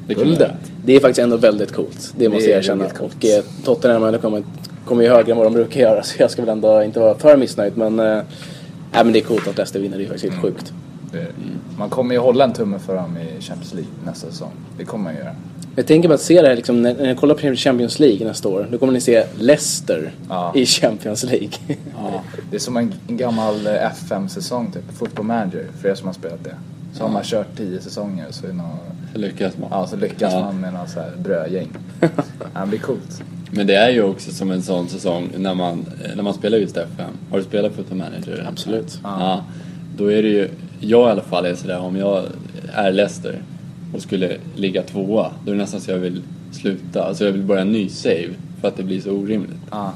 [SPEAKER 2] Det kan vi
[SPEAKER 3] guldet.
[SPEAKER 2] göra.
[SPEAKER 4] Det är faktiskt ändå väldigt coolt. Det måste
[SPEAKER 3] är
[SPEAKER 4] jag erkänna.
[SPEAKER 3] väldigt coolt.
[SPEAKER 4] Och eh, Tottenham har kommit, kommer ju högre än vad de brukar göra så jag ska väl ändå inte vara för missnöjd. Men, eh, nej, men det är coolt att Leicester vinner. Det är faktiskt
[SPEAKER 3] Mm.
[SPEAKER 4] helt sjukt.
[SPEAKER 3] Det- Man kommer ju hålla en tumme för dem i Champions League nästa säsong. Det kommer man göra.
[SPEAKER 4] Jag tänker på att se det här, liksom, när, när ni kollar på Champions League nästa år, då kommer ni se Leicester
[SPEAKER 3] Ja.
[SPEAKER 4] i Champions League.
[SPEAKER 3] Det är som en en gammal eh, FM-säsong typ, Football Manager, för er som har spelat det. Så har man kört tio säsonger så, är någon,
[SPEAKER 2] Lyckas man.
[SPEAKER 3] ja, så lyckas
[SPEAKER 2] Ja.
[SPEAKER 3] man med någon så här brödgäng. ja, det blir coolt.
[SPEAKER 2] Men det är ju också som en sån säsong när man, eh, när man spelar just FM. Har du spelat Football Manager?
[SPEAKER 4] Absolut.
[SPEAKER 2] Ja. Då är det ju, jag i alla fall är sådär, om jag är Leicester och skulle ligga tvåa, då är det nästan så jag vill sluta. Alltså jag vill börja en ny save för att det blir så orimligt.
[SPEAKER 3] Ja.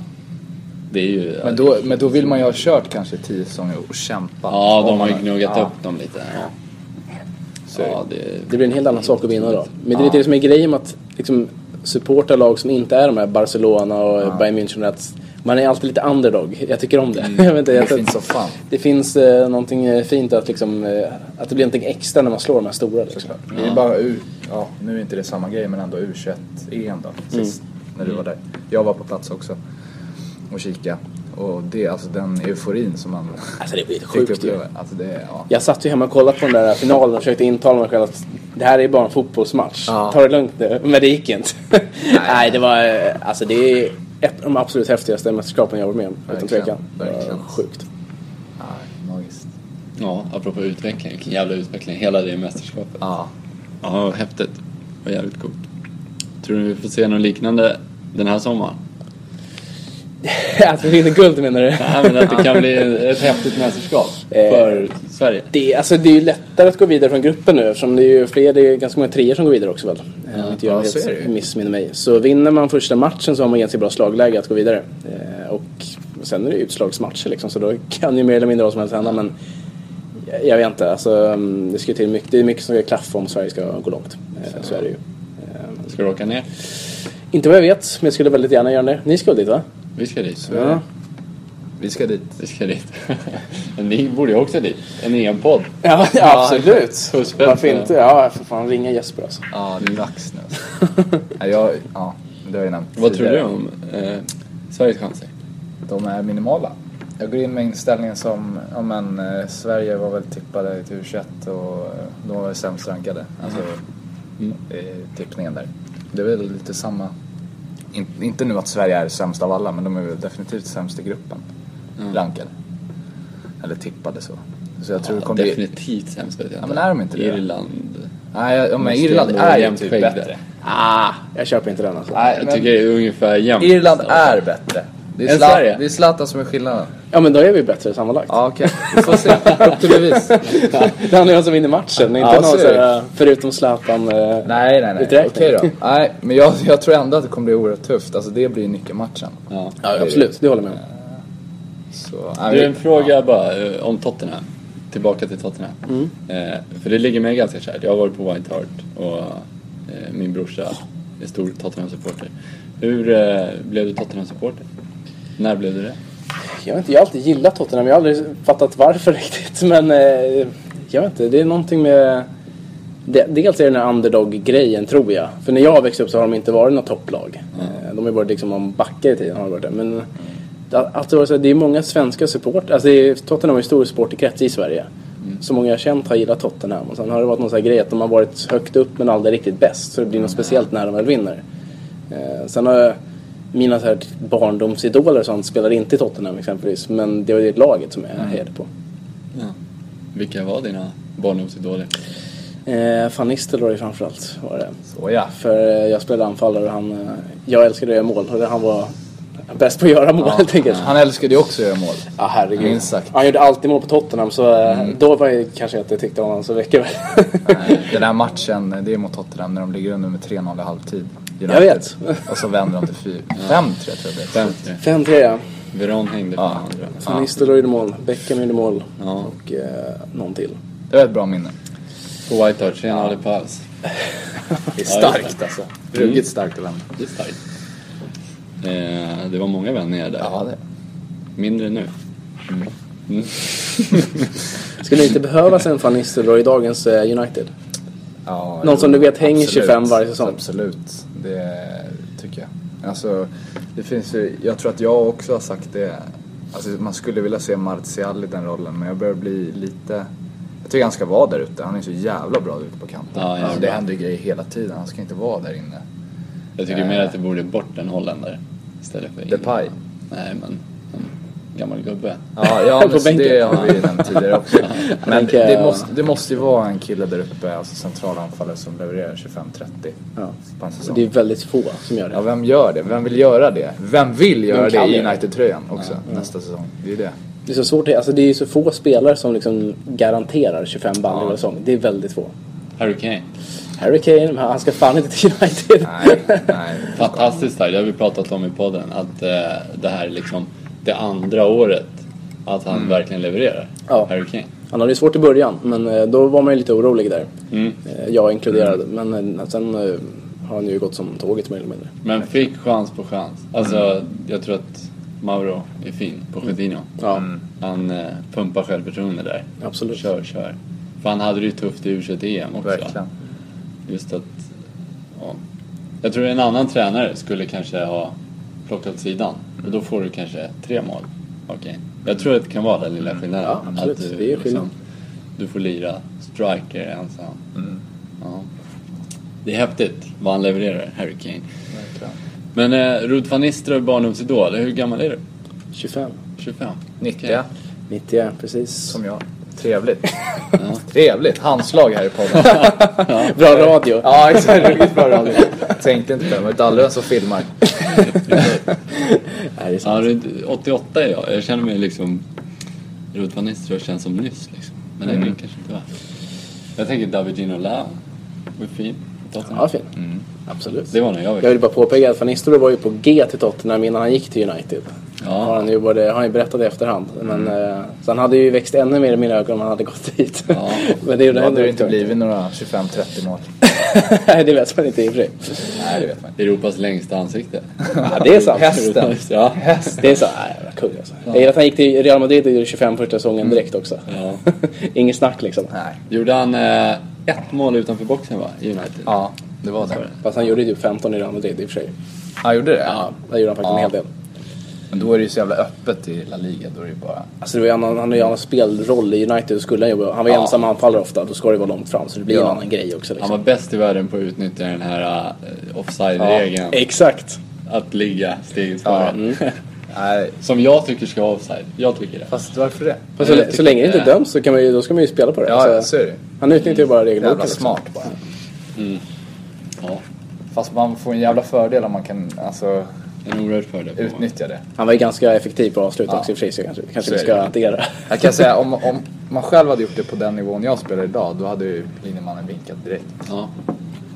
[SPEAKER 2] Det är ju...
[SPEAKER 3] Men, då, men då vill man ju ha kört kanske tio säsonger och kämpat.
[SPEAKER 2] Ja,
[SPEAKER 3] Om
[SPEAKER 2] de har
[SPEAKER 3] man
[SPEAKER 2] ju gnuggat
[SPEAKER 3] ja.
[SPEAKER 2] upp dem lite. Ja.
[SPEAKER 3] Så är det.
[SPEAKER 2] Ja, det,
[SPEAKER 4] Det blir en helt annan sak att vinna då. Men det är lite det som är grejen med att liksom, supporta lag som inte är de här Barcelona och Bayern München. Att man är alltid lite underdog. Jag tycker om det. jag vet inte, jag
[SPEAKER 3] Mm. Det
[SPEAKER 4] tror
[SPEAKER 3] finns
[SPEAKER 4] att-
[SPEAKER 3] som fan.
[SPEAKER 4] det finns eh, någonting eh, fint att, liksom, eh, att det blir någonting extra när man slår de här stora. Liksom.
[SPEAKER 3] Det är bara U, ja, nu är inte det samma grej men ändå U21-EM då, sist när du var där. Jag var på plats också och kika. Och det, alltså den euforin som man
[SPEAKER 4] Alltså det blir helt
[SPEAKER 3] fick
[SPEAKER 4] sjukt ju.
[SPEAKER 3] uppleva. Alltså det, är- ja.
[SPEAKER 4] Jag satt ju hemma och kollade på den där finalen och försökte intala mig själv att det här är bara en fotbollsmatch.
[SPEAKER 3] Ja.
[SPEAKER 4] Ta det lugnt nu. Men det gick inte. Nej, det var... eh, Alltså det är ett de absolut häftigaste mästerskapen jag varit med om. Utan
[SPEAKER 3] Verkligen,
[SPEAKER 4] tvekan. Det var
[SPEAKER 3] verkligen.
[SPEAKER 4] Sjukt.
[SPEAKER 3] Nej, magiskt.
[SPEAKER 2] Ja, apropå utveckling. Vilken jävla utveckling. Hela det mästerskapet.
[SPEAKER 3] Ja,
[SPEAKER 2] Ja, vad häftigt. Vad jävligt coolt. Tror du vi får se något liknande den här sommaren?
[SPEAKER 4] att vi Alltså, vinner guld menar du?
[SPEAKER 2] Nej, men att det kan bli ett häftigt mästerskap
[SPEAKER 3] Eh.
[SPEAKER 2] för Sverige.
[SPEAKER 4] Det, alltså, det är ju lättare att gå vidare från gruppen nu eftersom det är ju fler, det är ju ganska många treor som går vidare också väl? Eh, Om inte jag
[SPEAKER 3] ja, så är det
[SPEAKER 4] helt
[SPEAKER 3] ju.
[SPEAKER 4] missminner mig. Så vinner man första matchen så har man ganska bra slagläge att gå vidare. Eh, Och sen är det ju utslagsmatcher liksom så då kan ju mer eller mindre vad som helst hända men jag- jag vet inte, alltså, mm, det, ska till mycket, det är mycket som ska klaffa om Sverige ska gå långt. Eh, Så är det ju.
[SPEAKER 2] Ska du åka ner?
[SPEAKER 4] Inte vad jag vet, men jag skulle väldigt gärna göra det. Ni ska dit va?
[SPEAKER 2] Vi ska dit.
[SPEAKER 4] Ja.
[SPEAKER 3] vi ska dit.
[SPEAKER 2] Vi ska dit. Men Ni borde ju också dit. En egen podd.
[SPEAKER 4] Ja, absolut.
[SPEAKER 2] Husband.
[SPEAKER 4] Varför inte? Ja, för fan ringa Jesper alltså.
[SPEAKER 3] Ja, det är dags nu. Nej, jag, ja, det har jag nämnt
[SPEAKER 2] Vad tror du
[SPEAKER 3] tidigare.
[SPEAKER 2] om eh, Sveriges chanser?
[SPEAKER 3] De är minimala. Jag går in med inställningen som, ja men eh, Sverige var väl tippade till U21 och eh, de var väl sämst rankade. Alltså
[SPEAKER 2] Mm.
[SPEAKER 3] eh, tippningen där. Det är väl lite samma. In, inte nu att Sverige är sämst av alla men de är väl definitivt sämst i gruppen. Rankade. Eller tippade så. Så jag tror det
[SPEAKER 2] Ja,
[SPEAKER 3] kommer bli...
[SPEAKER 2] definitivt sämst vet jag
[SPEAKER 3] Ja, men är de inte det?
[SPEAKER 2] Irland.
[SPEAKER 3] Nej, jag- ja, men
[SPEAKER 2] Måste
[SPEAKER 3] Irland
[SPEAKER 2] ändå
[SPEAKER 3] är ju
[SPEAKER 2] jämnt
[SPEAKER 3] typ
[SPEAKER 2] skägg där.
[SPEAKER 3] bättre.
[SPEAKER 4] Ah, jag köper inte den alltså.
[SPEAKER 3] Nej,
[SPEAKER 2] Jag
[SPEAKER 3] men
[SPEAKER 2] tycker det är ungefär jämnt. alltså.
[SPEAKER 3] Irland är bättre. Det är,
[SPEAKER 2] Än Sverige?
[SPEAKER 3] Zlatan, det är Zlatan som är skillnaden.
[SPEAKER 4] Ja men då är vi bättre sammanlagt.
[SPEAKER 3] Ja, okej. Vi får se. Upp till bevis.
[SPEAKER 4] Det handlar ju om som vinner matchen, inte
[SPEAKER 3] Ja, så
[SPEAKER 4] någon
[SPEAKER 3] är
[SPEAKER 4] så
[SPEAKER 3] det.
[SPEAKER 4] här, förutom Zlatan. eh,
[SPEAKER 3] Nej, nej, nej.
[SPEAKER 4] Uträkning.
[SPEAKER 3] Okej då. Nej, men jag, jag tror ändå att det kommer bli oerhört tufft. Alltså det blir ju nyckelmatchen.
[SPEAKER 2] Ja.
[SPEAKER 4] Ja, absolut, det håller jag med om.
[SPEAKER 3] Så, nej,
[SPEAKER 2] Du,
[SPEAKER 3] vi-
[SPEAKER 2] en fråga bara eh, om Tottenham. Tillbaka till Tottenham.
[SPEAKER 3] Mm.
[SPEAKER 2] Eh, för det ligger mig ganska kärt. Jag har varit på White Hart och eh, min brorsa är stor Tottenham-supporter. Hur eh, blev du Tottenham-supporter? När blev du det?
[SPEAKER 4] Jag, vet inte, jag har alltid gillat Tottenham, jag har aldrig fattat varför riktigt. Men eh, jag vet inte, det är någonting med... De- Dels är det den här underdog-grejen tror jag. För när jag växte upp så har de inte varit något topplag.
[SPEAKER 3] Mm.
[SPEAKER 4] Eh, De har ju varit liksom, om backar i tiden har de varit det. Men det- att det, var så här, det är många svenska support, alltså det är, Tottenham är en stor supporterkrets i Sverige.
[SPEAKER 3] Mm.
[SPEAKER 4] Så många jag känt har gillat Tottenham. Och sen har det varit någon sån här grej att de har varit högt upp men aldrig riktigt bäst. Så det blir något
[SPEAKER 3] Mm.
[SPEAKER 4] speciellt när de väl vinner. Eh, sen har jag, mina så här barndomsidoler och sånt spelade inte i Tottenham exempelvis. Men det var det laget som jag hejade på.
[SPEAKER 2] Vilka var dina barndomsidoler?
[SPEAKER 4] Eh, Van Nistelrooy framförallt var det.
[SPEAKER 3] Så ja.
[SPEAKER 4] För eh, jag spelade anfallare och han, eh, jag älskade att göra mål och det- han var bäst på att göra mål helt enkelt.
[SPEAKER 3] Han älskade ju också att göra mål.
[SPEAKER 4] Ja herregud.
[SPEAKER 3] Minst sagt.
[SPEAKER 4] Han gjorde alltid mål på Tottenham så eh, då var jag kanske att jag tyckte om honom så mycket. väl.
[SPEAKER 3] Nej, Den här matchen, det är mot Tottenham när de ligger under med 3-0 i halvtid. United.
[SPEAKER 4] Jag vet.
[SPEAKER 3] Och så vänder de till 4. 5-3 tror jag det blev.
[SPEAKER 2] 5-3.
[SPEAKER 4] 5-3 ja.
[SPEAKER 2] Veron hängde på
[SPEAKER 3] Ja.
[SPEAKER 2] andra.
[SPEAKER 4] Van Nistelrooy gjorde mål, Beckham gjorde mål
[SPEAKER 2] Ja.
[SPEAKER 4] och eh, någon till.
[SPEAKER 3] Det var ett bra minne.
[SPEAKER 2] På White Hart, sen hade paus.
[SPEAKER 3] Det är
[SPEAKER 2] starkt,
[SPEAKER 3] starkt alltså. Ruggigt starkt att lämna.
[SPEAKER 2] Det är starkt. Eh, det var många vänner där.
[SPEAKER 3] Ja, det.
[SPEAKER 2] Mindre nu.
[SPEAKER 4] Skulle inte behövas en Van Nistelrooy i dagens eh, United?
[SPEAKER 3] Ja,
[SPEAKER 4] Någon
[SPEAKER 3] jo,
[SPEAKER 4] som du vet hänger 25
[SPEAKER 3] Alltså,
[SPEAKER 4] varje säsong.
[SPEAKER 3] Absolut, det tycker jag. Alltså, det finns ju, jag tror att jag också har sagt det. Alltså, man skulle vilja se Martial i den rollen men jag börjar bli lite... Jag tycker han ska vara där ute. Han är så jävla bra ute på kanten.
[SPEAKER 2] Ja, jävlar.
[SPEAKER 3] alltså, det händer ju grejer hela tiden. Han ska inte vara där inne.
[SPEAKER 2] Jag tycker
[SPEAKER 4] Eh.
[SPEAKER 2] mer att det borde bort en holländare. Istället för...
[SPEAKER 3] Depay.
[SPEAKER 2] Nej, men... En gammal gubbe.
[SPEAKER 3] Ja, ja
[SPEAKER 4] På
[SPEAKER 3] men det
[SPEAKER 4] bänken.
[SPEAKER 3] har vi ju nämnt tidigare också. Men
[SPEAKER 4] tänker jag-
[SPEAKER 3] det måste, det måste ju vara en kille där uppe, alltså centralanfallare som levererar 25-30
[SPEAKER 4] Ja.
[SPEAKER 3] på en
[SPEAKER 4] Så
[SPEAKER 3] säsong.
[SPEAKER 4] det är väldigt få som gör det.
[SPEAKER 3] Ja, vem gör det? Vem vill göra det? Vem vill göra
[SPEAKER 4] kan
[SPEAKER 3] det i
[SPEAKER 4] göra det.
[SPEAKER 3] United-tröjan också nästa säsong? Det är ju det.
[SPEAKER 4] Det är så svårt, alltså det är ju så få spelare som liksom garanterar 25 band eller säsong. Det är väldigt få.
[SPEAKER 2] Harry Kane.
[SPEAKER 4] Harry Kane, men han ska fan inte till United.
[SPEAKER 3] Nej, nej.
[SPEAKER 2] Fantastiskt där, det har vi pratat om i podden. Att eh, det här är liksom det andra året att han verkligen levererar.
[SPEAKER 4] Mm. Ja.
[SPEAKER 2] Harry Kane.
[SPEAKER 4] Han hade ju svårt i början, men eh, då var man ju lite orolig där.
[SPEAKER 3] Mm.
[SPEAKER 4] Eh, Jag inkluderad. Men eh, sen eh, har han ju gått som tåget mer eller mindre.
[SPEAKER 2] Men fick chans på chans. Alltså, jag tror att Mauro är fin på Coutinho.
[SPEAKER 4] Mm. Ja,
[SPEAKER 3] Mm.
[SPEAKER 2] Han eh, pumpar självförtroende där.
[SPEAKER 4] Absolut.
[SPEAKER 2] Kör, kör. För han hade det ju tufft i U21-EM också.
[SPEAKER 3] Verkligen.
[SPEAKER 2] Just att... Ja. Jag tror en annan tränare skulle kanske ha plockat åt sidan. Och då får du kanske tre mål. Okej. Jag tror att det kan vara den lilla skillnaden.
[SPEAKER 4] Ja, absolut.
[SPEAKER 2] Att du, liksom,
[SPEAKER 4] Det är skillnad.
[SPEAKER 2] du får lira striker ensam. Ja. Det är häftigt vad han levererar, Harry Kane.
[SPEAKER 3] verkligen.
[SPEAKER 2] Men eh, Rud van Nistelrooy, barndomsidol, hur gammal är du?
[SPEAKER 4] 25.
[SPEAKER 2] 25?
[SPEAKER 3] 90
[SPEAKER 2] Okej.
[SPEAKER 4] 90, ja, precis.
[SPEAKER 3] som jag. Trevligt. Trevligt. Handslag här i podden.
[SPEAKER 4] Bra radio.
[SPEAKER 3] ja, exakt. Ruggigt bra radio. Tänkte inte på det, men Dallrön som filmar.
[SPEAKER 4] Nej, det är
[SPEAKER 2] Ja,
[SPEAKER 4] sant.
[SPEAKER 2] Rud- 88 är jag. Jag känner mig liksom... Rud van Nistelrooy känns som nyss liksom. Men det är
[SPEAKER 3] Mm.
[SPEAKER 2] det kanske inte var. Jag tänker David Ginola. Var fin. Tottenham.
[SPEAKER 4] Ja, fin.
[SPEAKER 3] Mm.
[SPEAKER 4] Absolut.
[SPEAKER 2] Det var när jag var
[SPEAKER 4] Jag vill bara påpeka att Van Nistelrooy var ju på G till Tottenham innan han gick till United.
[SPEAKER 2] Ja.
[SPEAKER 4] Har han ju både, har han ju berättat i efterhand. Men, eh, så han hade ju växt ännu mer i mina ögon om han hade gått dit.
[SPEAKER 2] Ja.
[SPEAKER 4] men det
[SPEAKER 3] Då
[SPEAKER 4] gjorde han
[SPEAKER 3] hade det
[SPEAKER 4] ju
[SPEAKER 3] inte blivit några 25-30 mål.
[SPEAKER 4] Nej, det vet man inte i och för sig.
[SPEAKER 3] Nej, det vet man inte.
[SPEAKER 2] Europas längsta ansikte.
[SPEAKER 4] Ja, det är sant.
[SPEAKER 3] Hästen.
[SPEAKER 4] Ja. Det är så. Nej, vad kung alltså. Jag gillar att han gick till Real Madrid och gjorde 25 första säsongen direkt också.
[SPEAKER 2] Ja.
[SPEAKER 4] Inget snack liksom.
[SPEAKER 3] Nej.
[SPEAKER 2] Gjorde han eh, ett mål utanför boxen va? I United?
[SPEAKER 3] Ja, det var det.
[SPEAKER 4] Fast han gjorde ju typ 15 i Real Madrid i och för sig.
[SPEAKER 3] Han gjorde det?
[SPEAKER 4] Ja, där gjorde han faktiskt en
[SPEAKER 3] Ja.
[SPEAKER 4] hel del.
[SPEAKER 3] Men då är det ju så jävla öppet i La Liga. Då är det ju bara...
[SPEAKER 4] Alltså det var ju en annan, han har ju en annan spelroll i United. Skulle han, jobba, han var ju
[SPEAKER 3] Ja.
[SPEAKER 4] ensam anfallare ofta, då ska det ju vara långt fram. Så det blir en
[SPEAKER 3] Ja.
[SPEAKER 4] annan grej också. Liksom.
[SPEAKER 2] Han var bäst i världen på att utnyttja den här eh, offside-regeln.
[SPEAKER 4] Exakt.
[SPEAKER 2] Att ligga steget före.
[SPEAKER 3] Nej,
[SPEAKER 2] Som jag tycker ska vara offside. Jag tycker det.
[SPEAKER 3] fast varför det?
[SPEAKER 4] Fast alltså- så,
[SPEAKER 2] Jag
[SPEAKER 4] lä- så
[SPEAKER 2] tycker
[SPEAKER 4] länge det inte
[SPEAKER 2] inte-
[SPEAKER 4] döms så kan man ju, då ska man ju spela på det.
[SPEAKER 3] Ja, ja, så är det ju.
[SPEAKER 4] Han utnyttjar ju bara regelboken.
[SPEAKER 3] Jävla
[SPEAKER 4] liksom.
[SPEAKER 3] smart bara.
[SPEAKER 2] Ja,
[SPEAKER 3] Fast man får en jävla fördel om man kan alltså,
[SPEAKER 2] en oerhörd fördel. på mig.
[SPEAKER 3] utnyttja det.
[SPEAKER 4] Han var ju ganska effektiv på att avsluta
[SPEAKER 3] Ja.
[SPEAKER 4] också i och för sig. Så jag kanske,
[SPEAKER 3] Så
[SPEAKER 4] kanske vi
[SPEAKER 3] är
[SPEAKER 4] ska
[SPEAKER 3] det.
[SPEAKER 4] addera.
[SPEAKER 3] Jag kan säga om, om man själv hade gjort det på den nivån jag spelar idag då hade ju linjemannen vinkat direkt.
[SPEAKER 2] Ja.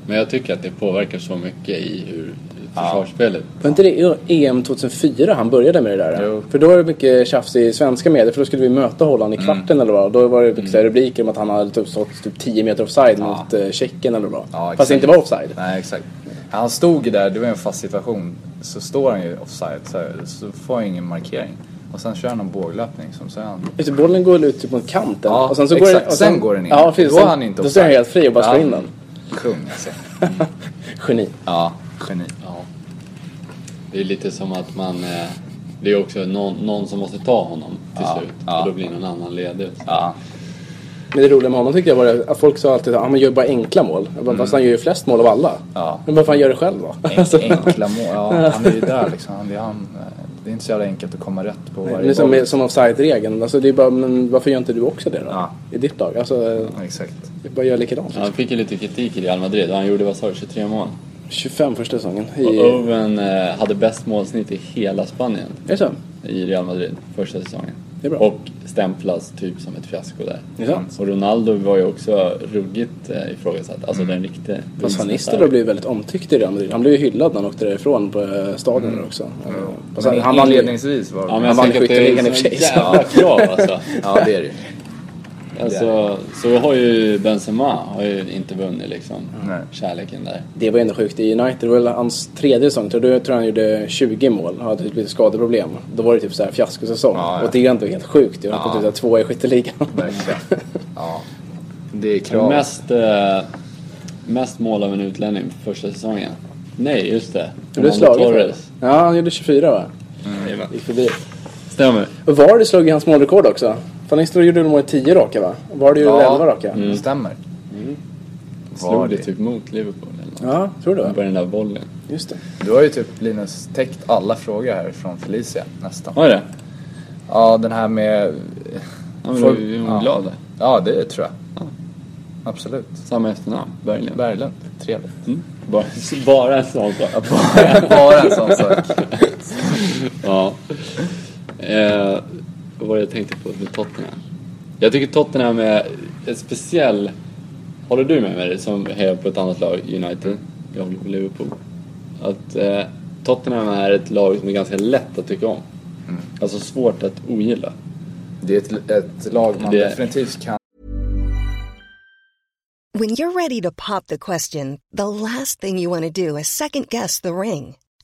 [SPEAKER 2] Men jag tycker att det påverkar så mycket i hur försvarsspelet...
[SPEAKER 4] Var inte det EM 2004 han började med det där?
[SPEAKER 3] Jo.
[SPEAKER 4] För då var det mycket tjafs i svenska medier för då skulle vi möta Holland i
[SPEAKER 3] Mm.
[SPEAKER 4] kvarten eller vad Då var det mycket så här rubriker om att han hade typ stått typ 10 meter offside mot eh, Tjeckien eller vad
[SPEAKER 3] Ja,
[SPEAKER 4] Fast
[SPEAKER 3] exakt.
[SPEAKER 4] det inte var offside.
[SPEAKER 3] Nej exakt. Han stod ju där, det var ju en fast situation. Så står han ju offside så, här, så får han ju ingen markering. Och sen kör han en båglöpning som så är han...
[SPEAKER 4] Just det, bollen går väl ut typ mot kanten.
[SPEAKER 3] Ja,
[SPEAKER 4] och sen så går
[SPEAKER 3] exakt.
[SPEAKER 4] den, och
[SPEAKER 3] Sen går den in.
[SPEAKER 4] Ja, precis.
[SPEAKER 3] Då
[SPEAKER 4] Sen-
[SPEAKER 3] är han inte
[SPEAKER 4] Då står han
[SPEAKER 3] offside.
[SPEAKER 4] helt fri och bara slår
[SPEAKER 3] Ja.
[SPEAKER 4] in den.
[SPEAKER 3] Kung alltså.
[SPEAKER 4] Geni.
[SPEAKER 3] Ja, geni.
[SPEAKER 2] Ja. Det är lite som att man... Eh, det är också någon, någon som måste ta honom till
[SPEAKER 3] Ja,
[SPEAKER 2] slut.
[SPEAKER 3] ja.
[SPEAKER 2] Och då blir någon annan ledig.
[SPEAKER 3] Ja.
[SPEAKER 4] Men det roliga med honom tyckte jag var det att folk sa alltid att han gör ju bara enkla mål. Jag bara, Fast han gör ju flest mål av alla.
[SPEAKER 3] Ja.
[SPEAKER 4] Men varför han gör det själv då? Alltså,
[SPEAKER 3] Enkla mål. Ja, han är ju där liksom. Han, det, är han, eh, det är inte så jävla enkelt att komma rätt på
[SPEAKER 4] det är liksom
[SPEAKER 3] varje
[SPEAKER 4] som,
[SPEAKER 3] boll.
[SPEAKER 4] med- som offside-regeln. Alltså, det är bara, men varför gör inte du också det då?
[SPEAKER 3] Ja.
[SPEAKER 4] I ditt lag? Alltså,
[SPEAKER 3] Ja, Exakt.
[SPEAKER 4] jag bara gör likadant.
[SPEAKER 2] Han fick ju lite kritik i Real Madrid och han gjorde, vad sa du, 23 mål?
[SPEAKER 4] 25 första säsongen. I,
[SPEAKER 2] Och Owen eh, hade bäst målsnitt i hela Spanien
[SPEAKER 4] Är det så?
[SPEAKER 2] i Real Madrid första säsongen.
[SPEAKER 4] Det är bra.
[SPEAKER 2] Och stämplas typ som ett fiasko där.
[SPEAKER 4] Det är sant.
[SPEAKER 2] Och Ronaldo var ju också ruggigt eh, ifrågasatt. Alltså den riktiga...
[SPEAKER 4] Mm. Fast van Nistelrooy blev väldigt omtyckt i Real Madrid. Han blev ju hyllad när han åkte därifrån på eh, stadion också. Fast han, han vann ju...
[SPEAKER 3] inledningsvis var det...
[SPEAKER 2] Ja, men
[SPEAKER 4] Han
[SPEAKER 2] jag
[SPEAKER 4] vann
[SPEAKER 2] tänker att det
[SPEAKER 4] skytteligan
[SPEAKER 2] är
[SPEAKER 4] i och
[SPEAKER 2] sån
[SPEAKER 4] för sig, så-
[SPEAKER 2] jävla krav alltså.
[SPEAKER 3] Ja, det är det ju.
[SPEAKER 2] alltså. Så har ju Benzema har ju inte vunnit liksom
[SPEAKER 3] Nej.
[SPEAKER 2] kärleken där.
[SPEAKER 4] Det var ändå sjukt i United. Det var väl hans tredje säsong. tror jag. Då tror jag han gjorde 20 mål. Han hade typ lite skadeproblem. Då var det typ så här fiaskosäsong.
[SPEAKER 3] Ja, ja.
[SPEAKER 4] Och det är ändå helt sjukt. Jag har ja. typ två i skytteligan.
[SPEAKER 3] Verkligen. Ja. Det är krav.
[SPEAKER 2] Men Mest, eh, mest mål av en utlänning första säsongen. Nej, just det.
[SPEAKER 4] Du blev
[SPEAKER 2] Fernando
[SPEAKER 4] slagen för det.
[SPEAKER 2] Torres.
[SPEAKER 4] Ja, han gjorde 24 va?
[SPEAKER 2] Jajamän.
[SPEAKER 4] Gick förbi.
[SPEAKER 2] Mm. Stämmer.
[SPEAKER 4] Och Vardy slog ju hans målrekord också. Van Nistelrooy gjorde väl mål 10 raka va? Vardy gjorde
[SPEAKER 3] Ja. Mm.
[SPEAKER 4] 11 raka.
[SPEAKER 3] Det stämmer.
[SPEAKER 2] Slog det
[SPEAKER 3] det.
[SPEAKER 2] typ mot Liverpool eller nåt.
[SPEAKER 4] Ja, tror du va?
[SPEAKER 2] På den där bollen.
[SPEAKER 4] Just det.
[SPEAKER 3] Du har ju typ Linus täckt alla frågor här från Felicia nästan.
[SPEAKER 2] Var det?
[SPEAKER 3] Ja, den här med...
[SPEAKER 2] Ja, men
[SPEAKER 3] Folk-
[SPEAKER 2] du är ju
[SPEAKER 3] ja.
[SPEAKER 2] glad där.
[SPEAKER 3] Ja, det tror jag. Absolut.
[SPEAKER 2] Samma efternamn, Berglund.
[SPEAKER 3] Berglund. Trevligt.
[SPEAKER 2] Mm. Bara, bara en sån sak.
[SPEAKER 3] Bara, bara en sån sak.
[SPEAKER 2] Ja. Eh, vad var det jag tänkte på med Tottenham? Jag tycker Tottenham är ett speciell... Håller du med mig det, som hejar på ett annat lag, United? Jag håller på Liverpool. Att eh, Tottenham är ett lag som är ganska lätt att tycka om. Alltså svårt att ogilla.
[SPEAKER 3] Det är ett, ett lag man
[SPEAKER 2] Det-
[SPEAKER 3] definitivt kan
[SPEAKER 5] When you're ready to pop the question, the last thing you want to do is second guess the ring.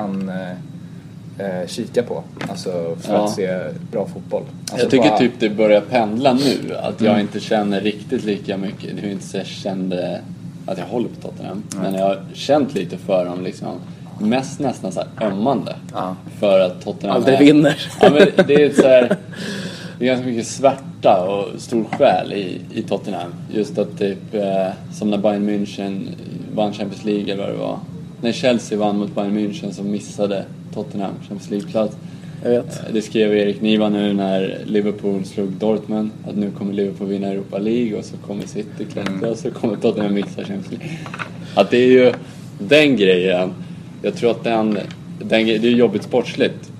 [SPEAKER 3] man eh, eh, kika på. Alltså för
[SPEAKER 2] Ja.
[SPEAKER 3] att se bra fotboll. Alltså
[SPEAKER 2] jag tycker
[SPEAKER 3] bara-
[SPEAKER 2] typ det börjar pendla nu. Att jag inte känner riktigt lika mycket. Det är ju inte så jag kände att jag håller på Tottenham. Men jag har känt lite för dem liksom. Mest nästan så här ömmande. För att Tottenham
[SPEAKER 4] Aldrig
[SPEAKER 2] är-
[SPEAKER 4] vinner.
[SPEAKER 2] Ja, men det är så här, Det är ganska mycket svärta och stor själ i, i Tottenham. Just att typ, eh, som när Bayern München vann Champions League eller vad det var. När Chelsea vann mot Bayern München så missade Tottenham Champions League-plats. Eh,
[SPEAKER 4] Jag vet.
[SPEAKER 2] Det skrev Erik Niva nu när Liverpool slog Dortmund. Att nu kommer Liverpool vinna Europa League och så kommer City klättra och så kommer Tottenham missa Champions League. Att det är ju den grejen. Jag tror att den... den gre- det är jobbigt sportsligt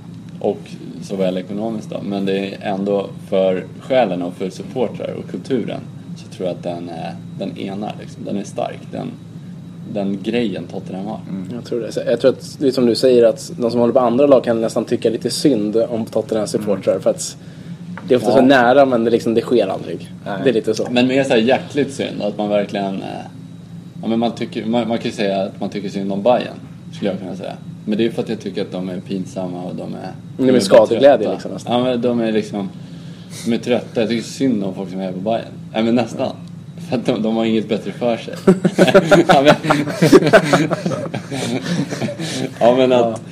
[SPEAKER 2] och såväl ekonomiskt då. Men det är ändå för själen och för supportrar och kulturen så tror jag att den, är, den enar liksom. Den är stark. Den, den grejen Tottenham har.
[SPEAKER 4] Jag tror det. Så Jag tror att det är som du säger att de som håller på andra lag kan nästan tycka lite synd om Tottenhams supportrar för att det är ofta så
[SPEAKER 2] Ja.
[SPEAKER 4] nära men det, liksom, det sker aldrig. Det är lite så.
[SPEAKER 2] Men mer såhär hjärtligt synd, att man verkligen... eh, Ja, men man, tycker, man, man kan ju säga att man tycker synd om Bayern skulle jag kunna säga. Men det är för att jag tycker att de är pinsamma och de är...
[SPEAKER 4] är
[SPEAKER 2] bara
[SPEAKER 4] skadeglädje
[SPEAKER 2] trötta.
[SPEAKER 4] liksom nästan.
[SPEAKER 2] Ja, men de är liksom... De är trötta. Jag tycker synd om folk som är på Bayern. Nej, men nästan. För att de, de har inget bättre för sig. ja, men, ja, men att...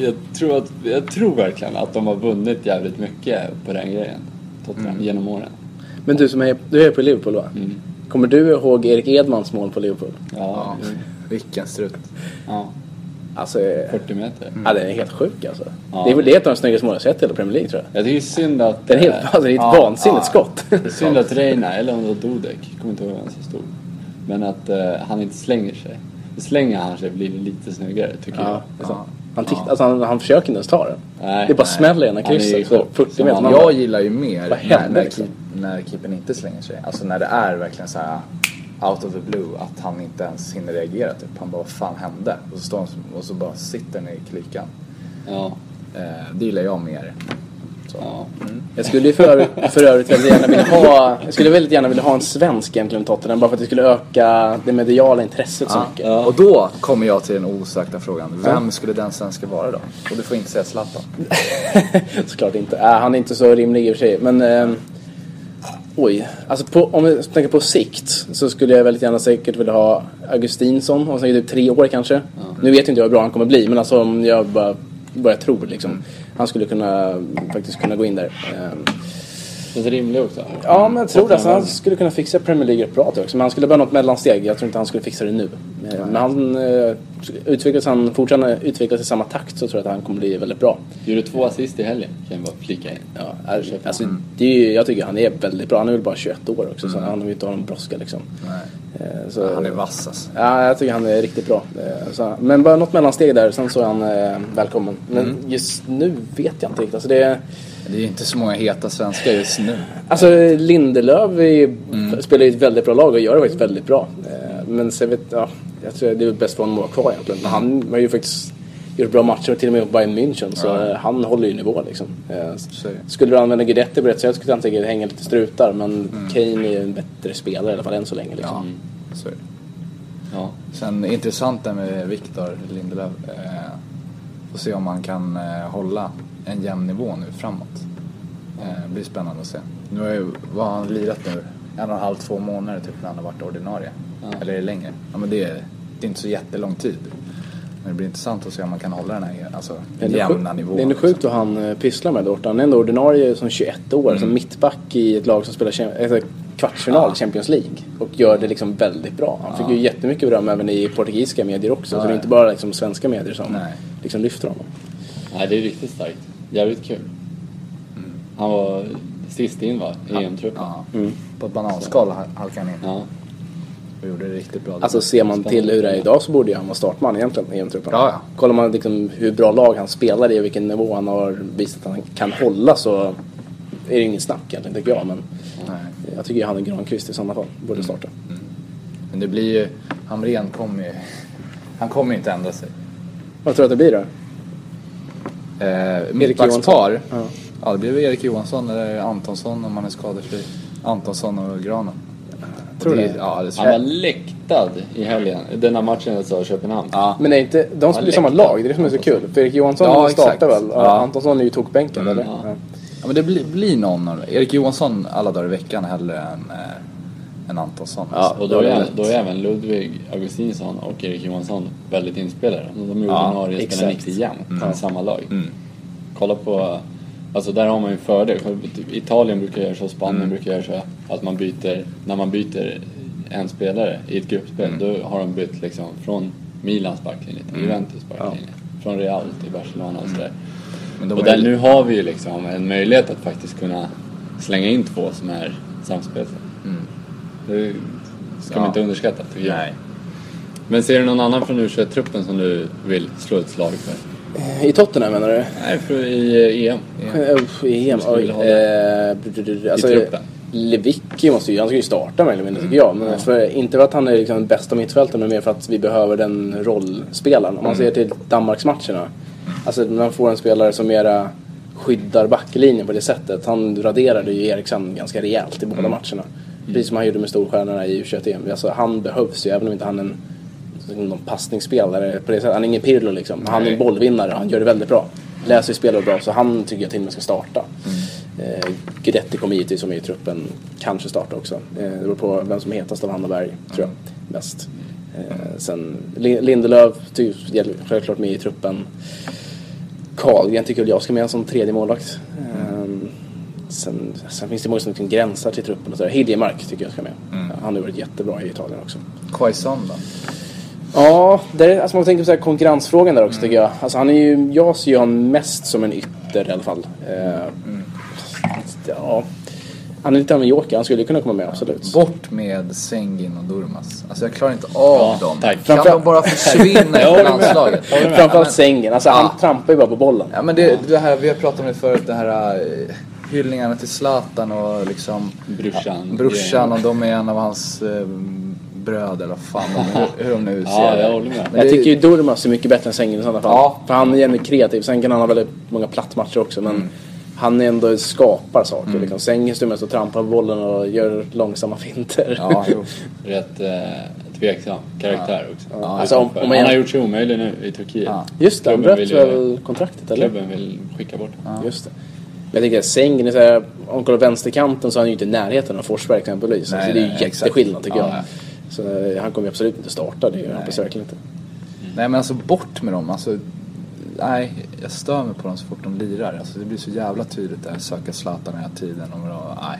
[SPEAKER 2] Jag tror, att, jag tror verkligen att de har vunnit jävligt mycket på den grejen. Tottenham, genom åren.
[SPEAKER 4] Men du som är, du är på Liverpool va? Kommer du ihåg Erik Edmans mål på Liverpool?
[SPEAKER 2] Ja,
[SPEAKER 3] Ja, vilken strut.
[SPEAKER 2] ja.
[SPEAKER 4] Alltså, eh,
[SPEAKER 2] 40 meter.
[SPEAKER 4] ja, den är helt sjuk alltså.
[SPEAKER 2] Ja.
[SPEAKER 4] Det är väl det ett av de snyggaste målen jag sett i hela Premier League tror jag.
[SPEAKER 2] Jag tycker synd att...
[SPEAKER 4] Den är helt,
[SPEAKER 2] eh,
[SPEAKER 4] alltså, det är ett
[SPEAKER 3] Ja,
[SPEAKER 4] vansinnigt
[SPEAKER 3] ja.
[SPEAKER 4] skott.
[SPEAKER 2] synd att Reina, eller om det var Dudek, jag kommer inte ihåg vem som stod. Men att eh, han inte slänger sig. Slänger han sig blir det lite snyggare, tycker
[SPEAKER 4] Ja,
[SPEAKER 2] jag. Liksom.
[SPEAKER 4] alltså, han, tick, alltså, han, han försöker inte ens ta den.
[SPEAKER 2] Nej.
[SPEAKER 4] det bara
[SPEAKER 2] Nej.
[SPEAKER 4] smäller i ena
[SPEAKER 2] Han är ju
[SPEAKER 4] krysset. så
[SPEAKER 2] sjuk.
[SPEAKER 4] 40
[SPEAKER 2] Som
[SPEAKER 4] meter.
[SPEAKER 2] han-
[SPEAKER 4] Man
[SPEAKER 3] Jag
[SPEAKER 4] bara-
[SPEAKER 3] gillar ju mer
[SPEAKER 4] Vad
[SPEAKER 3] när,
[SPEAKER 4] händer
[SPEAKER 3] när,
[SPEAKER 4] liksom?
[SPEAKER 3] keep, när keepern inte slänger sig. Alltså när det är verkligen så här out of the blue att han inte ens hinner reagera typ. Han bara vad fan hände? Och så, står han, som- och så bara sitter han i klykan.
[SPEAKER 2] Ja.
[SPEAKER 3] Eh, det gillar jag mer.
[SPEAKER 2] ja.
[SPEAKER 4] Jag skulle ju för, övrigt- för övrigt väldigt gärna vilja ha, jag skulle väldigt gärna vilja ha en svensk egentligen i Tottenham bara för att det skulle öka det mediala intresset så
[SPEAKER 3] Ja.
[SPEAKER 4] mycket.
[SPEAKER 3] Och då kommer jag till den osökta frågan. Vem skulle den svenska vara då? Och du får inte säga Zlatan.
[SPEAKER 4] Såklart inte. Äh, han är inte så rimlig i och för sig. Men... ehm, oj. Alltså på, om vi tänker på sikt så skulle jag väldigt gärna säkert vilja ha Augustinsson. Om säkert typ tre år kanske. Nu vet jag inte hur bra han kommer bli men alltså om jag bara börjar tro liksom. Han skulle kunna, faktiskt kunna gå in där. Ehm,
[SPEAKER 2] Känns rimligt också.
[SPEAKER 4] ja men jag tror det. Alltså, han skulle kunna fixa Premier League rätt bra tror jag också. Men han skulle behöva något mellansteg. Jag tror inte han skulle fixa det nu. Eh, Men han, eh, utvecklas han, fortsätter han utvecklas i samma takt så tror jag att han kommer bli väldigt bra.
[SPEAKER 2] Gjorde två assist i helgen, kan jag bara flika in.
[SPEAKER 4] Ja, alltså, det är ju, jag tycker han är väldigt bra. Han är väl bara 21 år också så han har ju inte någon brådska liksom. Eh, Så,
[SPEAKER 3] Mm. Han är vass alltså.
[SPEAKER 4] Ja, jag tycker han är riktigt bra. Eh, Så, men bara något mellansteg där, sen så är han eh, välkommen. Men
[SPEAKER 3] Mm.
[SPEAKER 4] just nu vet jag inte riktigt. Alltså, det,
[SPEAKER 3] Det är ju inte så många heta svenskar just nu.
[SPEAKER 4] alltså Lindelöf är, ju-
[SPEAKER 3] Mm.
[SPEAKER 4] spelar ju ett väldigt bra lag och gör det faktiskt väldigt bra. Eh, Men så jag vet, ja, jag tror det är väl bäst för honom att vara kvar egentligen. Men han har ju faktiskt gjort bra matcher till och med mot Bayern München så eh, han håller ju nivå liksom. Eh,
[SPEAKER 3] Så är det.
[SPEAKER 4] Skulle du använda Guidetti på rätt sätt skulle han säkert hänga lite strutar men Kane är ju en bättre spelare i alla fall än så länge. Liksom.
[SPEAKER 3] Mm. Ja, så är det.
[SPEAKER 2] Ja.
[SPEAKER 3] Sen intressant det med Viktor Lindelöf. Eh, får se om han kan eh, hålla en jämn nivå nu framåt. Eh, blir spännande att se. Nu har ju, vad har han lirat nu? En och en halv, två månader typ när han har varit ordinarie. Eller är det längre? Ja men det är, det är inte så jättelång tid. Men det blir intressant att se om man kan hålla den här alltså,
[SPEAKER 4] Det är
[SPEAKER 3] jämna liksom.
[SPEAKER 4] sjukt-
[SPEAKER 3] nivån.
[SPEAKER 4] Det är ändå sjukt vad han eh, pysslar med där borta. Han är ändå ordinarie som 21 år,
[SPEAKER 3] Mm.
[SPEAKER 4] som mittback i ett lag som spelar chem- alltså, kvartsfinal i Champions League. Och gör det liksom väldigt bra. Han fick ju jättemycket beröm även i portugisiska medier också. så det är inte bara liksom, svenska medier som
[SPEAKER 3] Nej.
[SPEAKER 4] liksom, lyfter honom.
[SPEAKER 2] Nej, det är riktigt starkt. Jävligt kul.
[SPEAKER 4] Mm.
[SPEAKER 2] Han var sist in va, i EM-truppen.
[SPEAKER 4] Mm.
[SPEAKER 3] Ja. På ett bananskal hal- halkar han in.
[SPEAKER 2] Ja.
[SPEAKER 3] och gjorde det riktigt bra.
[SPEAKER 4] Alltså ser man till hur det är idag så borde ju han vara startman egentligen i EM-truppen.
[SPEAKER 3] Ja, ja.
[SPEAKER 4] Kollar man liksom hur bra lag han spelar i och vilken nivå han har visat att han kan hålla så är det ju inget snack egentligen tycker jag. Men
[SPEAKER 3] Nej.
[SPEAKER 4] jag tycker ju han och Granqvist i sådana fall
[SPEAKER 3] Mm.
[SPEAKER 4] borde starta.
[SPEAKER 3] Men det blir ju, Hamrén kommer ju, han kommer ju inte ändra sig.
[SPEAKER 4] Vad tror du att det blir då?
[SPEAKER 3] Eh, Mittbackspar,
[SPEAKER 4] Johansson. Ja.
[SPEAKER 3] ja det blir väl Erik Johansson eller Antonsson om han är skadefri. Antonsson och Granen.
[SPEAKER 4] Tror du
[SPEAKER 3] det?
[SPEAKER 4] det?
[SPEAKER 3] Ja, det tror
[SPEAKER 2] Han var
[SPEAKER 3] jag.
[SPEAKER 2] läktad i helgen, den här matchen jag sa, Köpenhamn.
[SPEAKER 3] Ja.
[SPEAKER 4] Men är inte, de spelar i samma
[SPEAKER 2] läktaren.
[SPEAKER 4] lag, det är det som är så kul. För Erik Johansson
[SPEAKER 3] Ja,
[SPEAKER 4] han startar
[SPEAKER 3] exakt.
[SPEAKER 4] väl?
[SPEAKER 3] Ja. Mm.
[SPEAKER 4] Ja. Antonsson är ju tokbänken eller? Ja.
[SPEAKER 3] Ja, men det blir, blir någon av Erik Johansson alla dagar i veckan hellre än, eh, än Antonsson.
[SPEAKER 2] Ja, och då
[SPEAKER 3] det
[SPEAKER 2] är,
[SPEAKER 3] lätt.
[SPEAKER 2] då är även Ludvig Augustinsson och Erik Johansson väldigt inspelade. De är
[SPEAKER 3] Ja,
[SPEAKER 2] ordinarie och spelar
[SPEAKER 4] exakt.
[SPEAKER 2] 90 jämt i samma lag. Kolla på, alltså där har man ju en fördel. Italien brukar göra så, Spanien brukar göra så. Att man byter, när man byter en spelare i ett gruppspel, då har de bytt liksom från Milans backlinje till Juventus backlinje. Från Real till Barcelona och sådär.
[SPEAKER 3] Men de
[SPEAKER 2] Och
[SPEAKER 3] är
[SPEAKER 2] där nu har vi ju liksom en möjlighet att faktiskt kunna slänga in två som är samspelta. Det ska
[SPEAKER 3] Ja.
[SPEAKER 2] man inte underskatta tycker jag.
[SPEAKER 3] Nej.
[SPEAKER 2] Men ser du någon annan från U21-truppen som du vill slå ett slag för?
[SPEAKER 4] I Tottenham menar du?
[SPEAKER 2] Nej, för i eh, EM.
[SPEAKER 4] Uff, I EM?
[SPEAKER 2] skulle
[SPEAKER 4] Oj.
[SPEAKER 2] vilja ha det.
[SPEAKER 4] Eh, br- br- br- alltså,
[SPEAKER 2] truppen. Mm.
[SPEAKER 4] Lewicki måste ju, han ska ju starta mer eller mindre tycker jag. Men för, inte för att han är liksom den bästa mittfältaren men mer för att vi behöver den rollspelaren. Om man
[SPEAKER 2] Mm.
[SPEAKER 4] ser till Danmarksmatcherna. Alltså när man får en spelare som mera skyddar backlinjen på det sättet. Han raderade ju Eriksen ganska rejält i båda
[SPEAKER 2] Mm.
[SPEAKER 4] matcherna. Precis som han gjorde med storstjärnorna i U21-EM. Alltså han behövs ju även om inte han är en någon passningsspelare på det sättet. Han är ingen Pirlo liksom. Men Han är en bollvinnare och han gör det väldigt bra. Läser ju spelet bra så han tycker jag till och med ska starta. Eh, Guidetti kommer givetvis som är i truppen. Kanske starta också. Eh, det beror på vem som är hetast av Hannaberg tror jag. Mest. Eh, sen Lin- Lindelöf ty- gäller självklart med i truppen. Karlgren tycker väl jag ska med som tredje målvakt. Ehm, Sen, sen finns det många som liksom gränsar till truppen och sådär. Hiljemark tycker jag ska med. Han har ju varit jättebra i Italien också.
[SPEAKER 3] Quaison då?
[SPEAKER 4] Ja, det är, alltså man tänker på så här konkurrensfrågan där också tycker jag. Alltså han är ju, jag ser ju honom mest som en ytter i alla fall. Eh, ja. Han är lite av en joker, han skulle kunna komma med absolut.
[SPEAKER 3] Bort med Sengin och Durmaz. Alltså jag klarar inte av dem.
[SPEAKER 2] tack.
[SPEAKER 3] Kan de bara försvinna
[SPEAKER 2] Jag
[SPEAKER 3] från
[SPEAKER 2] håller med.
[SPEAKER 3] landslaget?
[SPEAKER 4] Framförallt sängen, alltså han trampar ju bara på bollen.
[SPEAKER 3] Ja men det, det här, vi har pratat om det förut, det här eh, hyllningarna till Zlatan och liksom
[SPEAKER 2] Brorsan.
[SPEAKER 3] brorsan och de är en av hans eh, bröder, vad fan de, hur, hur de nu ser
[SPEAKER 2] Ja,
[SPEAKER 3] det.
[SPEAKER 2] jag håller med.
[SPEAKER 3] Men
[SPEAKER 4] Jag
[SPEAKER 3] det-
[SPEAKER 4] tycker ju Durmaz är mycket bättre än Sängen i sådana fall.
[SPEAKER 3] Ja.
[SPEAKER 4] För han är jävligt kreativ. Sen kan han ha väldigt många plattmatcher också.
[SPEAKER 3] Mm.
[SPEAKER 4] Men han är ändå skapar saker. Liksom. Sängen står mest och trampar på bollen och gör långsamma finter.
[SPEAKER 3] Ja, jo.
[SPEAKER 2] Rätt eh, tveksam karaktär också.
[SPEAKER 4] Alltså, om- om man-
[SPEAKER 2] Han har gjort sig omöjlig nu i Turkiet.
[SPEAKER 3] Ja.
[SPEAKER 4] Just det, han
[SPEAKER 2] Klubben vill
[SPEAKER 4] bröt
[SPEAKER 2] ju-
[SPEAKER 4] väl kontraktet eller?
[SPEAKER 2] Klubben vill skicka bort honom.
[SPEAKER 4] Just det. Men jag tycker att Sängen är såhär, om man kollar vänsterkanten så är han ju inte i närheten av Forsberg exempelvis.
[SPEAKER 3] Nej,
[SPEAKER 4] så det är ju
[SPEAKER 3] nej, exakt.
[SPEAKER 4] jätteskillnad tycker
[SPEAKER 3] Ja,
[SPEAKER 4] jag.
[SPEAKER 3] ja.
[SPEAKER 4] Så eh, han kommer ju absolut inte starta, det gör jag hoppas jag verkligen inte.
[SPEAKER 3] Nej men alltså bort med dem. Alltså, nej, jag stör mig på dem så fort de lirar. Alltså, det blir så jävla tydligt där. Söka Zlatan hela tiden. Och då, nej.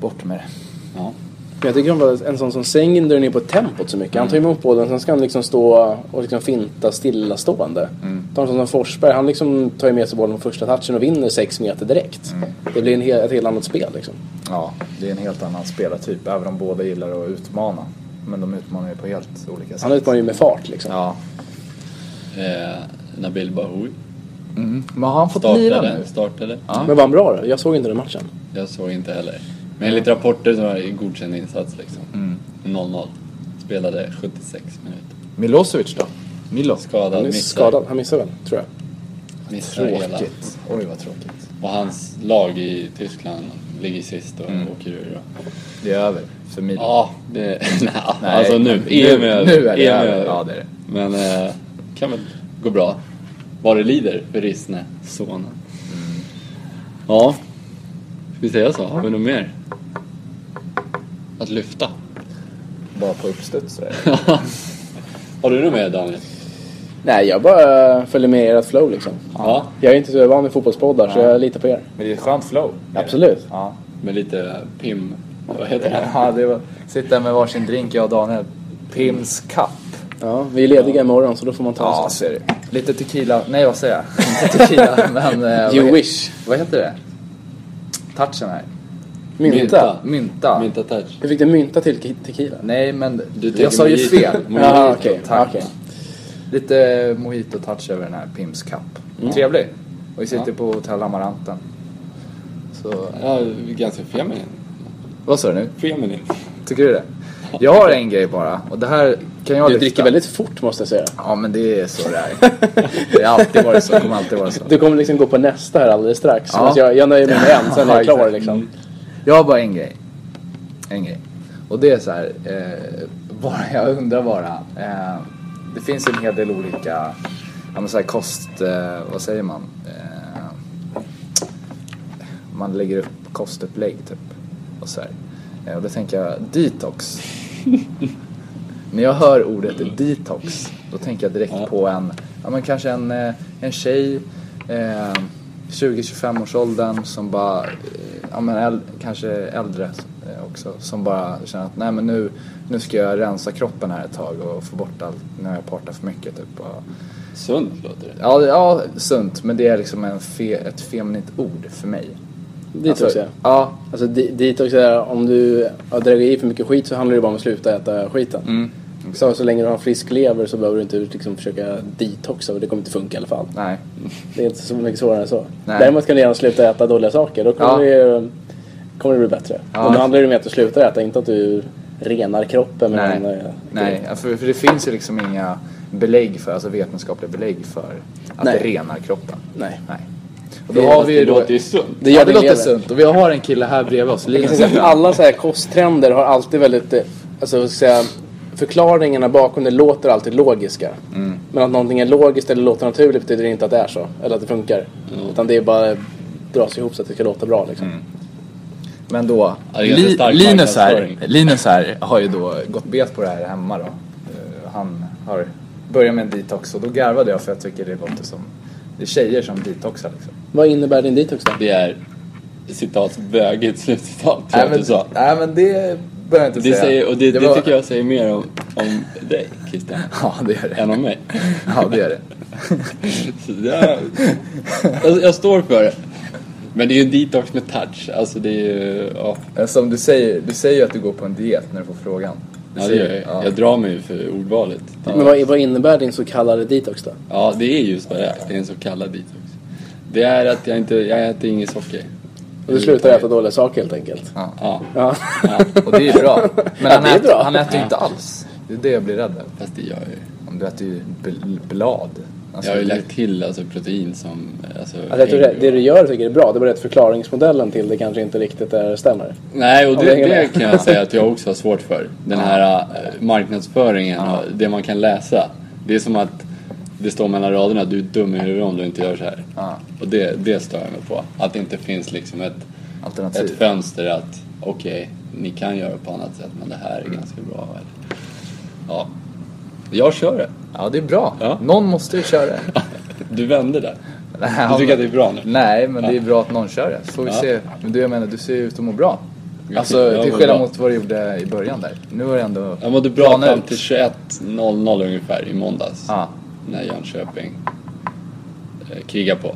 [SPEAKER 3] Bort med det.
[SPEAKER 2] Ja.
[SPEAKER 4] Men jag tycker om att en sån som Sängen drar ner på tempot så mycket. Han
[SPEAKER 3] Mm.
[SPEAKER 4] tar emot bollen, sen ska han liksom stå och liksom finta stillastående.
[SPEAKER 3] Mm.
[SPEAKER 4] Ta en sån som Forsberg, han liksom tar ju med sig bollen på första touchen och vinner sex meter direkt.
[SPEAKER 3] Mm.
[SPEAKER 4] Det blir en hel, ett helt annat spel liksom.
[SPEAKER 3] Ja, det är en helt annan spelartyp. Även om båda gillar att utmana. Men de utmanar ju på helt olika sätt.
[SPEAKER 4] Han utmanar ju med fart liksom.
[SPEAKER 3] Ja.
[SPEAKER 2] Eh, Nabil Bahoui
[SPEAKER 3] Men har han fått lira nu?
[SPEAKER 2] startade. startade.
[SPEAKER 4] Men var han bra då? Jag såg inte den matchen.
[SPEAKER 2] Jag såg inte heller. Men enligt rapporter så var det en godkänd insats liksom.
[SPEAKER 3] Mm.
[SPEAKER 2] 0-0. Spelade 76 minuter.
[SPEAKER 3] Milosevic då? Milos?
[SPEAKER 2] Skadad,
[SPEAKER 4] Han är skadad, han missar väl, tror jag.
[SPEAKER 2] missar hela.
[SPEAKER 3] Tråkigt. Oj vad tråkigt.
[SPEAKER 2] Och hans lag i Tyskland ligger sist och
[SPEAKER 3] Mm.
[SPEAKER 2] åker ur.
[SPEAKER 4] Mm.
[SPEAKER 2] då.
[SPEAKER 3] Det är över för Milos.
[SPEAKER 2] Ja, det... Nej, alltså nu.
[SPEAKER 3] nu-
[SPEAKER 2] EM är över.
[SPEAKER 3] nu är det
[SPEAKER 2] EM
[SPEAKER 3] över. Ja, det är det.
[SPEAKER 2] E Men eh, kan väl gå bra. Vad det lider för Rissne, sonen.
[SPEAKER 3] Mm.
[SPEAKER 2] Ja, ska vi säga så? Har vi något mer? Att lyfta?
[SPEAKER 3] Bara på uppstuds sådär.
[SPEAKER 2] Har du något mer Daniel?
[SPEAKER 4] Nej, jag bara följer med i ert flow liksom.
[SPEAKER 2] Ja.
[SPEAKER 4] Jag är inte så van vid fotbollspoddar så jag litar på er.
[SPEAKER 3] Men det är ett skönt flow.
[SPEAKER 4] Absolut.
[SPEAKER 3] Ja.
[SPEAKER 2] Med lite pim... Vad heter det?
[SPEAKER 3] Ja, det var... Sitta med varsin drink, jag och Daniel. Pims kapp.
[SPEAKER 4] Ja, vi är lediga imorgon så då får man ta
[SPEAKER 3] Ja,
[SPEAKER 4] en
[SPEAKER 3] så är det. Lite tequila, nej vad säger jag? Inte tequila, men... eh,
[SPEAKER 4] You
[SPEAKER 3] vad he-
[SPEAKER 4] wish.
[SPEAKER 3] Vad heter det? Touchen här.
[SPEAKER 4] Mynta.
[SPEAKER 3] Mynta.
[SPEAKER 2] Mynta touch.
[SPEAKER 4] Hur fick du mynta till tequila?
[SPEAKER 3] Nej men
[SPEAKER 2] Du tänker
[SPEAKER 3] jag sa ju
[SPEAKER 2] mojito.
[SPEAKER 3] fel.
[SPEAKER 2] Mojito.
[SPEAKER 4] Jaha, okej.
[SPEAKER 3] Tack.
[SPEAKER 4] Okej.
[SPEAKER 3] Lite mojito-touch över den här Pims Cup. Trevlig. Och vi sitter på Hotell Amaranten. Så,
[SPEAKER 2] Ja, ganska feminin.
[SPEAKER 3] vad sa du nu?
[SPEAKER 2] Feminin.
[SPEAKER 3] Tycker du det? Jag har en grej bara och det här kan jag
[SPEAKER 4] Du
[SPEAKER 3] lyfta.
[SPEAKER 4] dricker väldigt fort måste jag säga.
[SPEAKER 3] Ja men det är så det är. Det har alltid varit så, kommer alltid vara så.
[SPEAKER 4] Du kommer liksom gå på nästa här alldeles strax.
[SPEAKER 3] Ja.
[SPEAKER 4] Medan Jag, jag nöjer mig med en, sen är
[SPEAKER 3] Ja,
[SPEAKER 4] jag klar
[SPEAKER 3] exakt.
[SPEAKER 4] liksom.
[SPEAKER 3] Jag har bara en grej. En grej. Och det är så här, eh, bara, jag undrar bara. Eh, det finns en hel del olika, ja men så här kost, eh, vad säger man? Eh, man lägger upp kostupplägg typ. Och så här. Eh, och då tänker jag detox. När jag hör ordet detox, då tänker jag direkt på en, ja men kanske en, eh, en tjej, eh, 20-25 års åldern som bara, eh, ja men äl, kanske äldre eh, också, som bara känner att nej men nu, nu ska jag rensa kroppen här ett tag och få bort allt, nu har jag partat för mycket typ. Och,
[SPEAKER 2] Sunt låter det.
[SPEAKER 3] ja, det- ja, sunt, men det är liksom en fe, ett feminint ord för mig.
[SPEAKER 4] Detox
[SPEAKER 3] Alltså,
[SPEAKER 4] ja.
[SPEAKER 3] ja.
[SPEAKER 4] Alltså di- detox är om du har dragit i för mycket skit så handlar det bara om att sluta äta skiten. Så, så länge du har frisk lever så behöver du inte liksom, försöka detoxa och det kommer inte funka i alla fall.
[SPEAKER 3] Nej.
[SPEAKER 4] Det är inte så mycket svårare än så.
[SPEAKER 3] Nej.
[SPEAKER 4] Däremot kan du gärna sluta äta dåliga saker. Då kommer,
[SPEAKER 3] Ja.
[SPEAKER 4] det, ju- kommer det bli bättre.
[SPEAKER 3] Ja.
[SPEAKER 4] Men då handlar det om att du slutar äta, inte att du renar kroppen. med
[SPEAKER 3] Nej,
[SPEAKER 4] en, eh,
[SPEAKER 3] nej. ja, För, för det finns ju liksom inga belägg för, alltså vetenskapliga belägg för att
[SPEAKER 4] Nej.
[SPEAKER 3] det renar kroppen.
[SPEAKER 4] Nej.
[SPEAKER 3] nej. Och då har
[SPEAKER 2] Fast
[SPEAKER 3] vi
[SPEAKER 2] det
[SPEAKER 3] ju då...
[SPEAKER 2] låter ju sunt.
[SPEAKER 4] Det
[SPEAKER 3] ja,
[SPEAKER 4] gör
[SPEAKER 3] det
[SPEAKER 4] din
[SPEAKER 3] låter
[SPEAKER 4] lever.
[SPEAKER 3] sunt. Och vi har en kille här bredvid oss,
[SPEAKER 4] Jag kan
[SPEAKER 3] Linus.
[SPEAKER 4] säga att alla så här kosttrender har alltid väldigt, eh, alltså vad ska jag säga, förklaringarna bakom det låter alltid logiska.
[SPEAKER 3] Mm.
[SPEAKER 4] Men att någonting är logiskt eller låter naturligt betyder inte att det är så, eller att det funkar.
[SPEAKER 3] Mm.
[SPEAKER 4] Utan det är bara eh, dras ihop så att det ska låta bra liksom.
[SPEAKER 3] Men då,
[SPEAKER 2] Ja, det är ganska
[SPEAKER 3] Li-
[SPEAKER 2] stark
[SPEAKER 3] Linus, här,
[SPEAKER 2] marknadsföring.
[SPEAKER 3] Linus här har ju då gått bet på det här hemma då. Eh, Han har börjat med en detox och då garvade jag för jag tycker det låter som, det är tjejer som detoxar liksom.
[SPEAKER 4] Vad innebär din detox då?
[SPEAKER 2] Det är citat bögigt slutcitat tror jag
[SPEAKER 3] Nej
[SPEAKER 2] att du sa.
[SPEAKER 3] men, nej, men det behöver jag inte
[SPEAKER 2] Det
[SPEAKER 3] säga.
[SPEAKER 2] säger, och det, det,
[SPEAKER 3] var-
[SPEAKER 2] tycker jag säger mer om, om dig Christian.
[SPEAKER 3] Ja det gör det.
[SPEAKER 2] Än om mig.
[SPEAKER 3] Ja det gör det.
[SPEAKER 2] Så det, jag, jag står för det. Men det är ju en detox med touch. Alltså det är ju, ja.
[SPEAKER 3] Eh, Som du säger, du säger ju att du går på en diet när du får frågan. Du
[SPEAKER 2] Ja, det
[SPEAKER 3] säger-
[SPEAKER 2] gör jag.
[SPEAKER 3] ja.
[SPEAKER 2] Jag drar mig ju för ordvalet.
[SPEAKER 4] Men vad, vad innebär din så kallade detox då?
[SPEAKER 2] Ja, det är just vad det är. Det är en så kallad detox. Det är att jag inte, jag äter inget socker.
[SPEAKER 4] Och du slutar äta dåliga saker helt enkelt.
[SPEAKER 2] Ja,
[SPEAKER 4] Ja.
[SPEAKER 3] Och det är bra. Men
[SPEAKER 4] Ja,
[SPEAKER 3] han,
[SPEAKER 4] det är
[SPEAKER 3] äter,
[SPEAKER 4] bra.
[SPEAKER 3] han äter ju inte alls. Det är det jag blir rädd över.
[SPEAKER 2] fast det gör jag ju.
[SPEAKER 3] Om du äter ju bl- blad. Alltså,
[SPEAKER 2] Jag har ju
[SPEAKER 3] det-
[SPEAKER 2] lagt till alltså, protein som... Alltså,
[SPEAKER 4] Alltså, jag tror det,
[SPEAKER 2] hänger
[SPEAKER 4] det
[SPEAKER 2] och-
[SPEAKER 4] du gör tycker jag är bra, det är bara det att förklaringsmodellen till det kanske inte riktigt är, stämmer.
[SPEAKER 2] Nej, och
[SPEAKER 4] Ja, det
[SPEAKER 2] det,
[SPEAKER 4] hänger
[SPEAKER 2] det
[SPEAKER 4] med.
[SPEAKER 2] kan jag säga att jag också har svårt för. Den här eh, marknadsföringen och det man kan läsa. Det är som att det står mellan raderna att du är dum i huvudet om du inte gör så här.
[SPEAKER 3] Ja.
[SPEAKER 2] Och det, det stör jag mig på. Att det inte finns liksom ett,
[SPEAKER 3] Alternativ.
[SPEAKER 2] ett fönster att okej, ni kan göra på annat sätt men det här är ganska bra. Eller, ja. Jag kör det.
[SPEAKER 3] Ja, det är bra.
[SPEAKER 2] Ja.
[SPEAKER 3] Någon måste ju köra det.
[SPEAKER 2] Du vände där.
[SPEAKER 3] Nej,
[SPEAKER 2] Du tycker att det är bra nu?
[SPEAKER 3] Nej, men det är
[SPEAKER 2] Ja.
[SPEAKER 3] bra att någon kör det. Så får vi
[SPEAKER 2] Ja.
[SPEAKER 3] se. Men du, jag menar, du ser ju ut att må bra.
[SPEAKER 2] Jag tycker
[SPEAKER 3] Alltså,
[SPEAKER 2] jag
[SPEAKER 3] till
[SPEAKER 2] mår
[SPEAKER 3] skillnad
[SPEAKER 2] bra.
[SPEAKER 3] mot vad du gjorde i början där. Nu har du ändå
[SPEAKER 2] Jag mådde bra
[SPEAKER 3] planat
[SPEAKER 2] fram
[SPEAKER 3] ut.
[SPEAKER 2] till 21.00 ungefär i måndags.
[SPEAKER 3] Ja.
[SPEAKER 2] När Jönköping eh, krigar på.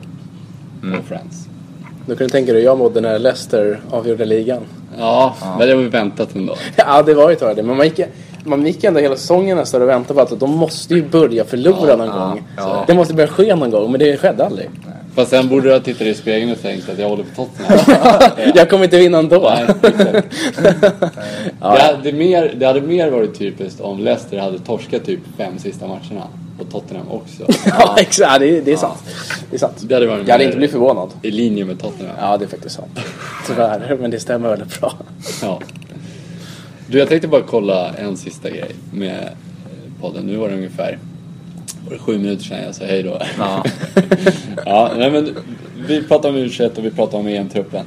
[SPEAKER 2] På Friends.
[SPEAKER 4] Då kan du tänka dig hur jag mådde när Leicester avgjorde ligan.
[SPEAKER 2] Ja, men det var ju väntat ändå.
[SPEAKER 4] Ja, det var ju ett tag det. Men man gick, man gick ändå hela säsongen nästan och väntade på att de måste ju börja förlora någon gång.
[SPEAKER 3] ja.
[SPEAKER 4] Det måste börja ske någon gång, men det skedde aldrig.
[SPEAKER 2] Fast sen borde du ha tittat i spegeln och tänkt att jag håller på Tottenham.
[SPEAKER 4] Jag kommer inte vinna ändå.
[SPEAKER 2] Nej, exakt. det, hade mer, det hade mer varit typiskt om Leicester hade torskat typ fem sista matcherna. Och Tottenham också.
[SPEAKER 4] Ja, exakt. Ja, Det, det är sant. Det är sant.
[SPEAKER 2] Det hade varit
[SPEAKER 4] jag hade
[SPEAKER 2] mer-
[SPEAKER 4] inte blivit förvånad.
[SPEAKER 2] I linje med Tottenham.
[SPEAKER 4] Ja, det är faktiskt sant. Tyvärr, men det stämmer väldigt bra.
[SPEAKER 2] Ja. Du, jag tänkte bara kolla en sista grej med eh, podden. Nu var det ungefär var det sju minuter sedan jag sa hej då.
[SPEAKER 3] Ja.
[SPEAKER 2] ja, nej men vi pratar om u och vi pratar om EM-truppen.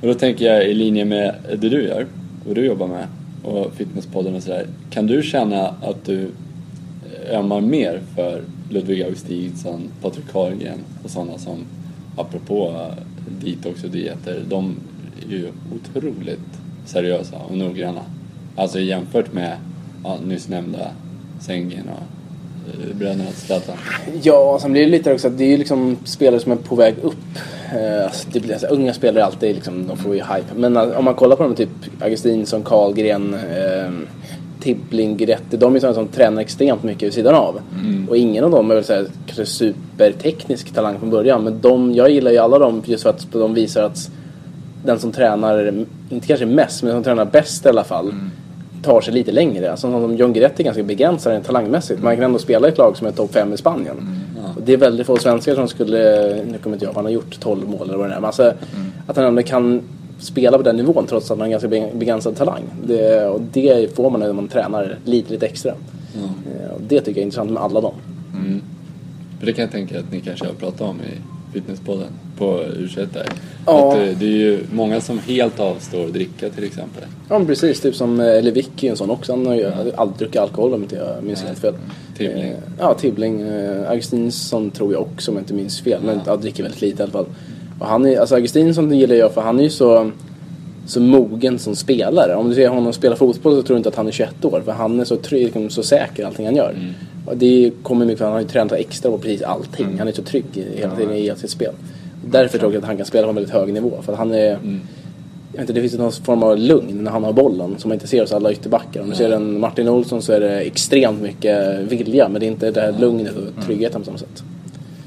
[SPEAKER 2] Och då tänker jag i linje med det du gör och du jobbar med och fitnesspodden och sådär. Kan du känna att du ömmar mer för Ludvig Augustinsson, Patrik Carlgren och sådana som, apropå eh, detox och dieter, de är ju otroligt seriösa och noggranna. Alltså jämfört med ja, nyss nämnda Sängen och eh, bröderna Zlatan.
[SPEAKER 4] Ja, och sen blir det lite också att det är ju liksom spelare som är på väg upp. Eh, Alltså, det blir, alltså, unga spelare alltid liksom, de får ju hype. Men eh, om man kollar på dem typ Augustinsson, Karlgren, eh, Tibbling, Gretti. De är sådana som tränar extremt mycket vid sidan av. Och ingen av dem är väl såhär, kanske superteknisk talang från början. Men de, jag gillar ju alla dem just för att de visar att den som tränar, inte kanske mest, men som tränar bäst i alla fall tar sig lite längre. Alltså som John Guidetti är ganska begränsad rent talangmässigt. Man kan ändå spela i ett lag som är topp 5 i Spanien. Och det är väldigt få svenskar som skulle, nu kommer inte jag ihåg, han har gjort 12 mål eller vad det är. Men alltså, att han ändå kan spela på den nivån trots att han har ganska be- begränsad talang. Det, och det får man när man tränar lite, lite extra. Eh, Och det tycker jag är intressant med alla dem.
[SPEAKER 2] För det kan jag tänka att ni kanske har pratat om i fitnesspodden på u där.
[SPEAKER 4] Ja.
[SPEAKER 2] Att eh, det är ju många som helt avstår att dricka till exempel.
[SPEAKER 4] Ja men precis, typ som eh, Lewicki är en sån också. Han har ju aldrig druckit alkohol om inte jag minns helt fel.
[SPEAKER 2] Tibbling.
[SPEAKER 4] Eh, Ja, Tibbling. eh, Augustinsson tror jag också om jag inte minns fel. Men ja, dricker väldigt lite i alla fall. Och han är, alltså Augustinsson gillar jag för han är ju så, så mogen som spelare. Om du ser honom spela fotboll så tror du inte att han är 21 år. För han är så, trygg, liksom, så säker i allting han gör. Och det kommer mycket för han har ju tränat extra på precis allting. Han är så trygg i- hela tiden i sitt spel. Därför tror jag att han kan spela på en väldigt hög nivå. För att han är... Jag vet inte, det finns någon form av lugn när han har bollen som man inte ser hos alla ytterbackar. Om du ser en Martin Olsson så är det extremt mycket vilja men det är inte det här lugnet
[SPEAKER 2] Mm.
[SPEAKER 4] och tryggheten på samma sätt.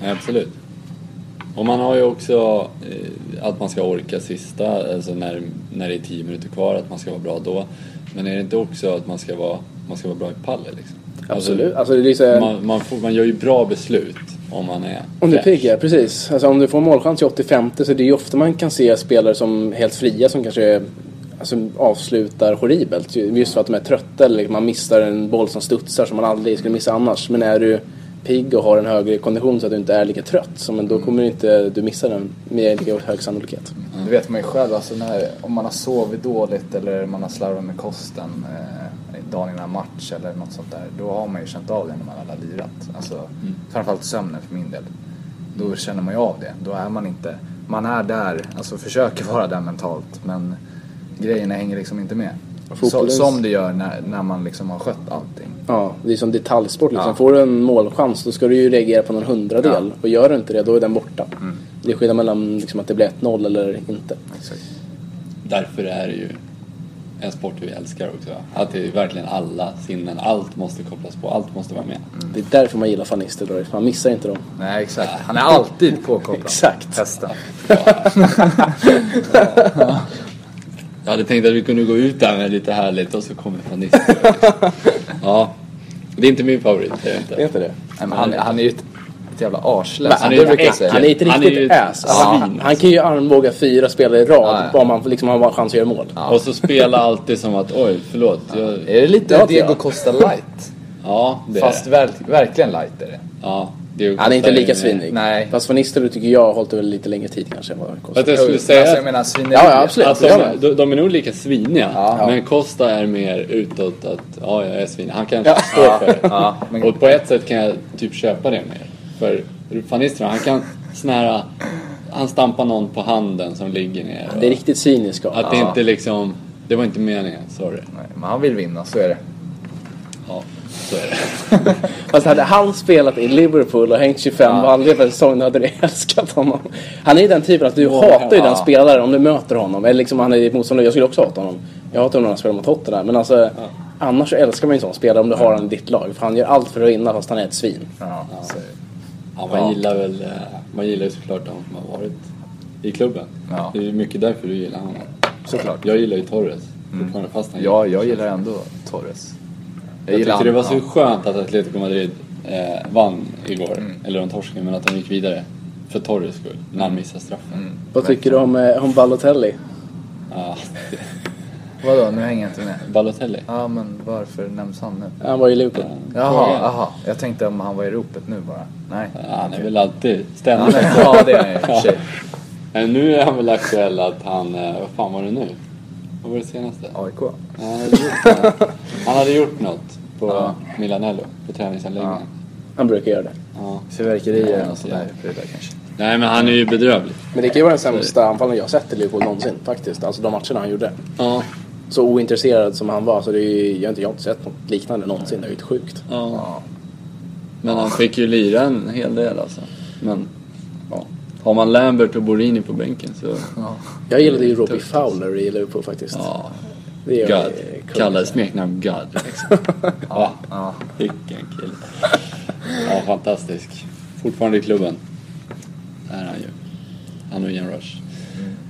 [SPEAKER 2] Nej, absolut. Och man har ju också eh, att man ska orka sista, alltså när, när det är tio minuter kvar, att man ska vara bra då. Men är det inte också att man ska vara, man ska vara bra i pallen liksom?
[SPEAKER 4] Absolut. Alltså, det är så här,
[SPEAKER 2] Man, man, får, man gör ju bra beslut om man är
[SPEAKER 4] om du
[SPEAKER 2] fräsch.
[SPEAKER 4] piggar, precis. Alltså, om du får målchans i 85 så det är ju ofta man kan se spelare som helt fria som kanske alltså, avslutar horribelt. Ju- Just för att de är trötta eller liksom man missar en boll som studsar som man aldrig skulle missa annars. Men är du pigg och har en högre kondition så att du inte är lika trött, så, men då
[SPEAKER 2] Mm.
[SPEAKER 4] kommer du inte du missa den med lika hög sannolikhet.
[SPEAKER 3] Det vet man ju själv, alltså när, om man har sovit dåligt eller man har slarvat med kosten eh, dagen innan match eller något sånt där. Då har man ju känt av det när man väl har lirat. Alltså, Framförallt sömnen för min del. Då känner man ju av det. Då är man inte, man är där, alltså försöker vara där mentalt men grejerna hänger liksom inte med. Så,
[SPEAKER 4] fotbollens-
[SPEAKER 3] som det gör när, när man liksom har skött allting.
[SPEAKER 4] Ja, det är som detaljsport liksom.
[SPEAKER 3] Ja.
[SPEAKER 4] Får du en målchans då ska du ju reagera på någon hundradel. Och gör du inte det, då är den borta. Det är skillnad mellan liksom, att det blir 1-0 eller inte.
[SPEAKER 2] Därför är det ju en sport vi älskar också. Att det är verkligen alla sinnen, allt måste kopplas på, allt måste vara med.
[SPEAKER 4] Det är därför man gillar fanister då. Man missar inte dem.
[SPEAKER 3] Nej exakt, han är alltid påkopplad.
[SPEAKER 4] Exakt.
[SPEAKER 3] Hästen.
[SPEAKER 2] Jag hade tänkt att vi kunde gå ut där med lite härligt och så kommer fanister. ja. Det är inte min favorit, det är det
[SPEAKER 4] Det är
[SPEAKER 2] inte.
[SPEAKER 4] inte det?
[SPEAKER 3] Nej, men han, han är ju ett, ett jävla arsle.
[SPEAKER 4] Men
[SPEAKER 3] som
[SPEAKER 4] han,
[SPEAKER 3] du
[SPEAKER 4] är,
[SPEAKER 3] brukar
[SPEAKER 4] ett-
[SPEAKER 3] säga.
[SPEAKER 4] han är ett
[SPEAKER 2] Han är ju
[SPEAKER 4] riktigt
[SPEAKER 2] ett
[SPEAKER 4] ass. Alltså,
[SPEAKER 2] svin,
[SPEAKER 4] han, han kan ju armbåga fyra spelare i rad
[SPEAKER 3] Ja, ja.
[SPEAKER 4] bara man liksom, har en chans att göra mål.
[SPEAKER 2] Och så spela alltid som att oj, förlåt. Jag,
[SPEAKER 3] Är det lite
[SPEAKER 4] Ja,
[SPEAKER 3] Diego
[SPEAKER 4] ja.
[SPEAKER 3] Costa light?
[SPEAKER 2] ja, det
[SPEAKER 3] Fast
[SPEAKER 2] är det.
[SPEAKER 3] verk, verkligen light är det.
[SPEAKER 2] Ja, det är
[SPEAKER 4] Han är inte lika
[SPEAKER 2] med-
[SPEAKER 4] svinig.
[SPEAKER 3] Nej.
[SPEAKER 4] Fast fanister tycker jag har hållit över lite längre tid kanske. än vad
[SPEAKER 2] Att
[SPEAKER 4] Costa-
[SPEAKER 2] jag skulle
[SPEAKER 3] Alltså, jag
[SPEAKER 2] säga
[SPEAKER 3] menar svineriet.
[SPEAKER 4] Ja, ja, absolut.
[SPEAKER 2] att de, de- de är nog lika sviniga.
[SPEAKER 3] Ja.
[SPEAKER 2] Men Costa är mer utåt att ja, jag är svinig. Han kanske står för det.
[SPEAKER 3] Ja, men-
[SPEAKER 2] Och på ett sätt kan jag typ köpa det mer. För Fanisterna, han kan sån här... Han stampar någon på handen som ligger ner.
[SPEAKER 4] Det är riktigt cyniskt av
[SPEAKER 2] Att det inte liksom... Det var inte meningen, sorry.
[SPEAKER 3] Nej, men han vill vinna, så är det.
[SPEAKER 2] Ja, så är det.
[SPEAKER 4] Fast Alltså, hade han spelat i Liverpool och hängt 25 baljor per säsong då hade du älskat honom. Han är ju den typen att du hatar ju den spelaren om du möter honom. Eller liksom han är ditt motståndare. Jag skulle också hata honom. Jag hatar honom när han spelar mot Tottenham. Men alltså annars så älskar man ju en sån spelare om du har honom i ditt lag. För han gör allt för att vinna fast han är ett svin.
[SPEAKER 3] Ja, så är det.
[SPEAKER 2] Ja, man gillar väl... eh, Man gillar ju såklart de som har varit i klubben.
[SPEAKER 3] Ja.
[SPEAKER 2] Det är ju mycket därför du gillar honom.
[SPEAKER 3] Såklart.
[SPEAKER 2] Jag gillar ju Torres. Fortfarande fast han
[SPEAKER 3] Mm. Ja, jag gillar ändå Torres.
[SPEAKER 2] Jag
[SPEAKER 3] gillar
[SPEAKER 2] tyckte det var
[SPEAKER 3] han,
[SPEAKER 2] så skönt att Atletico Madrid eh, vann igår.
[SPEAKER 3] Mm.
[SPEAKER 2] Eller de torskade, men att de gick vidare. För Torres skull, när han missade straffen.
[SPEAKER 3] Mm.
[SPEAKER 4] Vad tycker du om, eh, om Balotelli?
[SPEAKER 2] Ja,
[SPEAKER 3] Vadå, nu hänger jag inte med.
[SPEAKER 2] Balotelli. Eh,
[SPEAKER 3] Ja, men varför nämns han nu?
[SPEAKER 4] Han var i Liverpool.
[SPEAKER 3] Jaha, aha. Jag tänkte om han var i ropet nu bara. Nej.
[SPEAKER 2] Ja, han är väl alltid
[SPEAKER 3] Ja,
[SPEAKER 2] ständigt.
[SPEAKER 3] nej. ja det är han ju i och för sig.
[SPEAKER 2] Men nu är han väl aktuell att han, eh, vad fan var det nu? Vad var det senaste?
[SPEAKER 3] AIK?
[SPEAKER 2] Han hade gjort, något. han hade gjort något på Milanello, på träningsanläggningen.
[SPEAKER 4] Han brukar göra det.
[SPEAKER 3] Fyrverkerier
[SPEAKER 2] Ja,
[SPEAKER 3] och sånt där
[SPEAKER 2] ja.
[SPEAKER 3] prylar kanske.
[SPEAKER 2] Nej men han är ju bedrövlig.
[SPEAKER 4] Men det kan ju vara den sämsta anfallen jag sett i Liverpool någonsin faktiskt. Alltså de matcherna han gjorde.
[SPEAKER 2] Ja,
[SPEAKER 4] Så ointresserad som han var så det är ju, jag har inte jag har inte sett något liknande någonsin. Det är ju helt sjukt.
[SPEAKER 2] ja. Men han fick ju lira en hel del alltså. Men, ja. Har man Lambert och Borini på bänken så...
[SPEAKER 4] Jag gillade ju Robbie
[SPEAKER 2] Tufft.
[SPEAKER 4] Fowler i Liverpool faktiskt.
[SPEAKER 2] Ja,
[SPEAKER 4] det gör jag,
[SPEAKER 2] God.
[SPEAKER 4] eh, kul.
[SPEAKER 2] Kallar smeknamn God liksom. ja, vilken kille. Ja, fantastisk. Fortfarande i klubben. Där är han ju. Han och Ian Rush.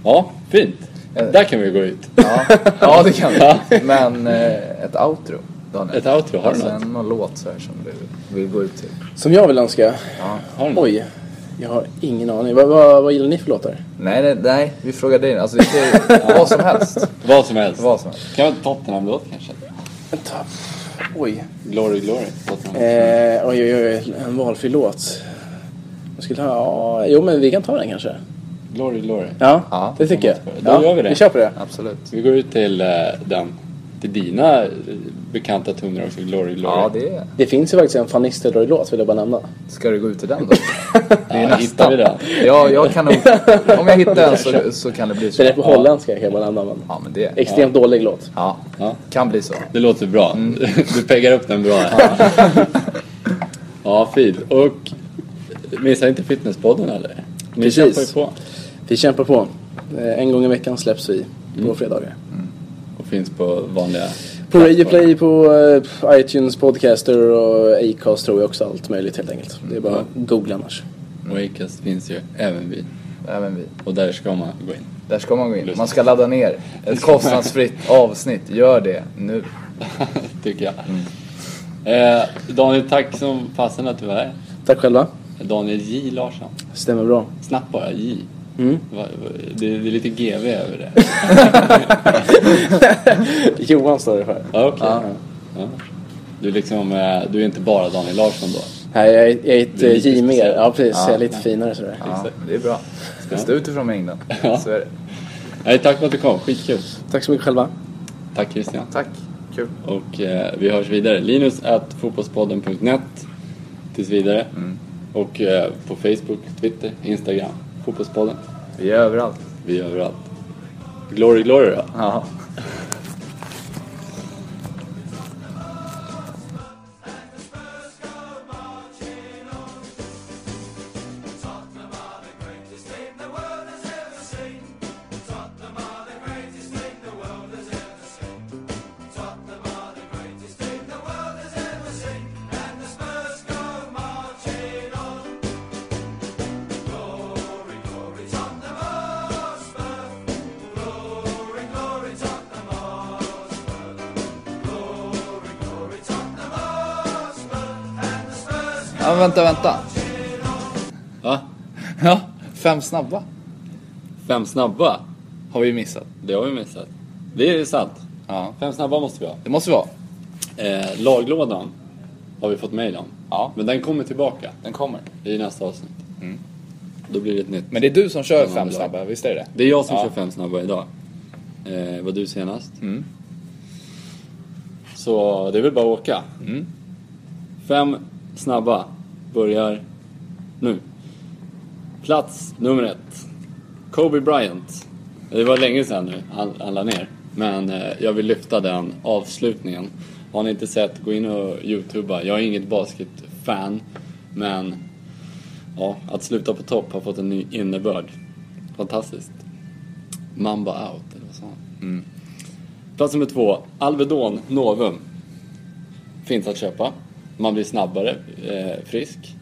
[SPEAKER 2] Ja, fint. Där kan vi gå ut.
[SPEAKER 3] Ja, ja det kan vi. Men eh, ett outro, Daniel.
[SPEAKER 2] Ett outro, har du
[SPEAKER 3] alltså,
[SPEAKER 2] något?
[SPEAKER 3] något? någon låt så här som du vill gå ut till.
[SPEAKER 4] Som jag vill önska?
[SPEAKER 2] Har du något?
[SPEAKER 4] Oj, jag har ingen aning. Vad, vad, vad gillar ni för låtar?
[SPEAKER 3] Nej, nej, nej vi frågar dig. Alltså, det är vad som helst.
[SPEAKER 2] Vad som helst.
[SPEAKER 3] Vad som helst.
[SPEAKER 2] Kan vara en Tottenham-låt kanske?
[SPEAKER 4] Vänta. Oj.
[SPEAKER 2] Glory, glory. Tottenham.
[SPEAKER 4] Eh, oj, oj, oj. En valfri låt. Jag skulle ha... ja, Jo, men vi kan ta den kanske.
[SPEAKER 2] Glory, glory.
[SPEAKER 4] Ja,
[SPEAKER 3] Ja,
[SPEAKER 4] det tycker jag.
[SPEAKER 2] Då
[SPEAKER 4] ja,
[SPEAKER 2] gör vi det.
[SPEAKER 4] Vi kör på det.
[SPEAKER 3] Absolut.
[SPEAKER 2] Vi går ut till eh, den. Till dina eh, bekanta toner också. Glory, glory.
[SPEAKER 3] Ja, det är...
[SPEAKER 4] Det finns ju faktiskt en Fanny Stelroy-låt, vill jag bara nämna.
[SPEAKER 3] Ska du gå ut till den då? Det är
[SPEAKER 2] Ja, hittar vi den?
[SPEAKER 3] Ja, jag kan nog... Om jag hittar den så, så kan det bli så.
[SPEAKER 4] Den är på holländska, kan jag bara nämna. Men.
[SPEAKER 3] Ja, men det...
[SPEAKER 4] Extremt dålig låt.
[SPEAKER 3] Ja,
[SPEAKER 2] Ja.
[SPEAKER 3] kan bli så.
[SPEAKER 2] Det låter bra.
[SPEAKER 3] Mm.
[SPEAKER 2] Du peggar upp den bra. här. ja, fint. Och missa inte Fitnesspodden eller? Ni
[SPEAKER 4] Precis.
[SPEAKER 2] kämpar ju på.
[SPEAKER 4] Vi kämpar på. Eh, En gång i veckan släpps vi
[SPEAKER 2] Mm.
[SPEAKER 4] på fredagar.
[SPEAKER 2] Och finns på vanliga...
[SPEAKER 4] På Radioplay, på eh, iTunes, Podcaster och Acast tror jag också. Allt möjligt helt enkelt. Det är bara att googla annars.
[SPEAKER 2] Och Acast finns ju även vi.
[SPEAKER 3] Även vi.
[SPEAKER 2] Och där ska man gå in.
[SPEAKER 3] Där ska man gå in. Man ska ladda ner ett kostnadsfritt avsnitt. Gör det nu.
[SPEAKER 2] Tycker jag.
[SPEAKER 3] Mm.
[SPEAKER 2] Eh, Daniel, tack som fasen att du var här.
[SPEAKER 4] Tack själva.
[SPEAKER 2] Daniel J Larsson.
[SPEAKER 4] Stämmer bra.
[SPEAKER 2] Snabbt bara, J. Va- va- Det, det är lite GV över det.
[SPEAKER 4] Johan står det för.
[SPEAKER 2] Ja, Okej. Ja. Du, är liksom, eh, du är inte bara Daniel Larsson då?
[SPEAKER 4] Nej, jag är, jag är ett
[SPEAKER 2] Det är
[SPEAKER 4] eh,
[SPEAKER 2] lite
[SPEAKER 4] J mer.
[SPEAKER 2] speciellt.
[SPEAKER 4] Ja, precis. jag är lite finare sådär.
[SPEAKER 3] Ja, det är bra. Ska stå utifrån mängden. Så är det.
[SPEAKER 2] Nej, tack för att du kom. Skitkul.
[SPEAKER 4] Tack så mycket själva.
[SPEAKER 2] Tack Christian.
[SPEAKER 3] Tack. Kul.
[SPEAKER 2] Och eh, vi hörs vidare. Linus at fotbollspodden.net tills vidare. Och eh, på Facebook, Twitter, Instagram. Fotbollspodden.
[SPEAKER 3] Vi är överallt.
[SPEAKER 2] Vi är överallt. Glory, glory då.
[SPEAKER 3] Ja. ja men vänta, vänta.
[SPEAKER 2] Va?
[SPEAKER 3] Ja, fem snabba
[SPEAKER 2] Fem snabba.
[SPEAKER 3] har vi missat.
[SPEAKER 2] Det har vi missat. Det är sant.
[SPEAKER 3] Ja.
[SPEAKER 2] Fem snabba måste vi ha.
[SPEAKER 3] Det måste vi ha.
[SPEAKER 2] Eh, laglådan har vi fått mejl om.
[SPEAKER 3] Ja.
[SPEAKER 2] Men den kommer tillbaka
[SPEAKER 3] Den kommer.
[SPEAKER 2] i nästa avsnitt. Då blir det ett nytt.
[SPEAKER 3] Men det är du som kör
[SPEAKER 2] Den
[SPEAKER 3] fem
[SPEAKER 2] andra.
[SPEAKER 3] snabba, visst är det det?
[SPEAKER 2] Det är jag som
[SPEAKER 3] Ja.
[SPEAKER 2] kör fem snabba idag. Eh, var du senast. Så det är väl bara att åka. Fem snabba börjar nu. Plats nummer ett. Kobe Bryant. Det var länge sedan nu han, han la ner. Men eh, jag vill lyfta den avslutningen. Har ni inte sett, gå in och youtuba. Jag är inget basketfan, men ja, att sluta på topp har fått en ny innebörd. Fantastiskt. Mamba out, eller vad sa han? Plats nummer två, Alvedon Novum. Finns att köpa. Man blir snabbare, eh, frisk.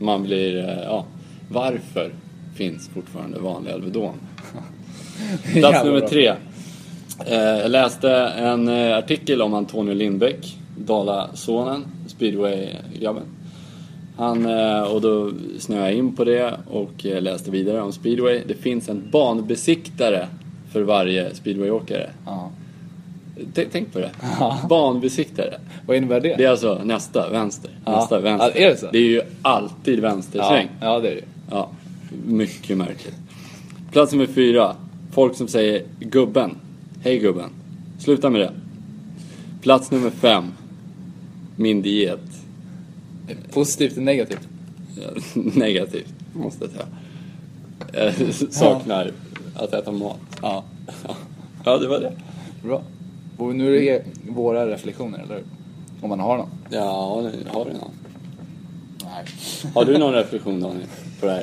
[SPEAKER 2] Man blir, eh, ja, varför finns fortfarande vanlig Alvedon? Plats
[SPEAKER 3] Jävla
[SPEAKER 2] nummer
[SPEAKER 3] bra.
[SPEAKER 2] tre. Eh, jag läste en eh, artikel om Antonio Lindbäck, Dalasonen, speedway-grabben. Han, eh, och då snöade jag in på det och eh, läste vidare om speedway. Det finns en banbesiktare för varje speedwayåkare.
[SPEAKER 3] Ja.
[SPEAKER 2] Tänk, tänk på det. Banbesiktare.
[SPEAKER 3] Vad innebär det?
[SPEAKER 2] Det är alltså nästa vänster.
[SPEAKER 3] Ja.
[SPEAKER 2] Nästa vänster.
[SPEAKER 3] Ja, är det så?
[SPEAKER 2] är ju alltid
[SPEAKER 3] ja.
[SPEAKER 2] vänstersväng. Ja.
[SPEAKER 3] ja, det är det
[SPEAKER 2] Mycket märkligt. Plats nummer fyra. Folk som säger gubben. Hej gubben. Sluta med det. Plats nummer fem. Min diet.
[SPEAKER 3] Positivt och negativt.
[SPEAKER 2] Negativt, måste jag säga. Eh, Saknar att äta mat.
[SPEAKER 3] Ja.
[SPEAKER 2] Ja, det var det.
[SPEAKER 3] Bra. Och nu är det våra reflektioner, eller hur? Om man har någon.
[SPEAKER 2] Ja, har du någon?
[SPEAKER 3] Nej.
[SPEAKER 2] Har du någon reflektion Daniel? På det här?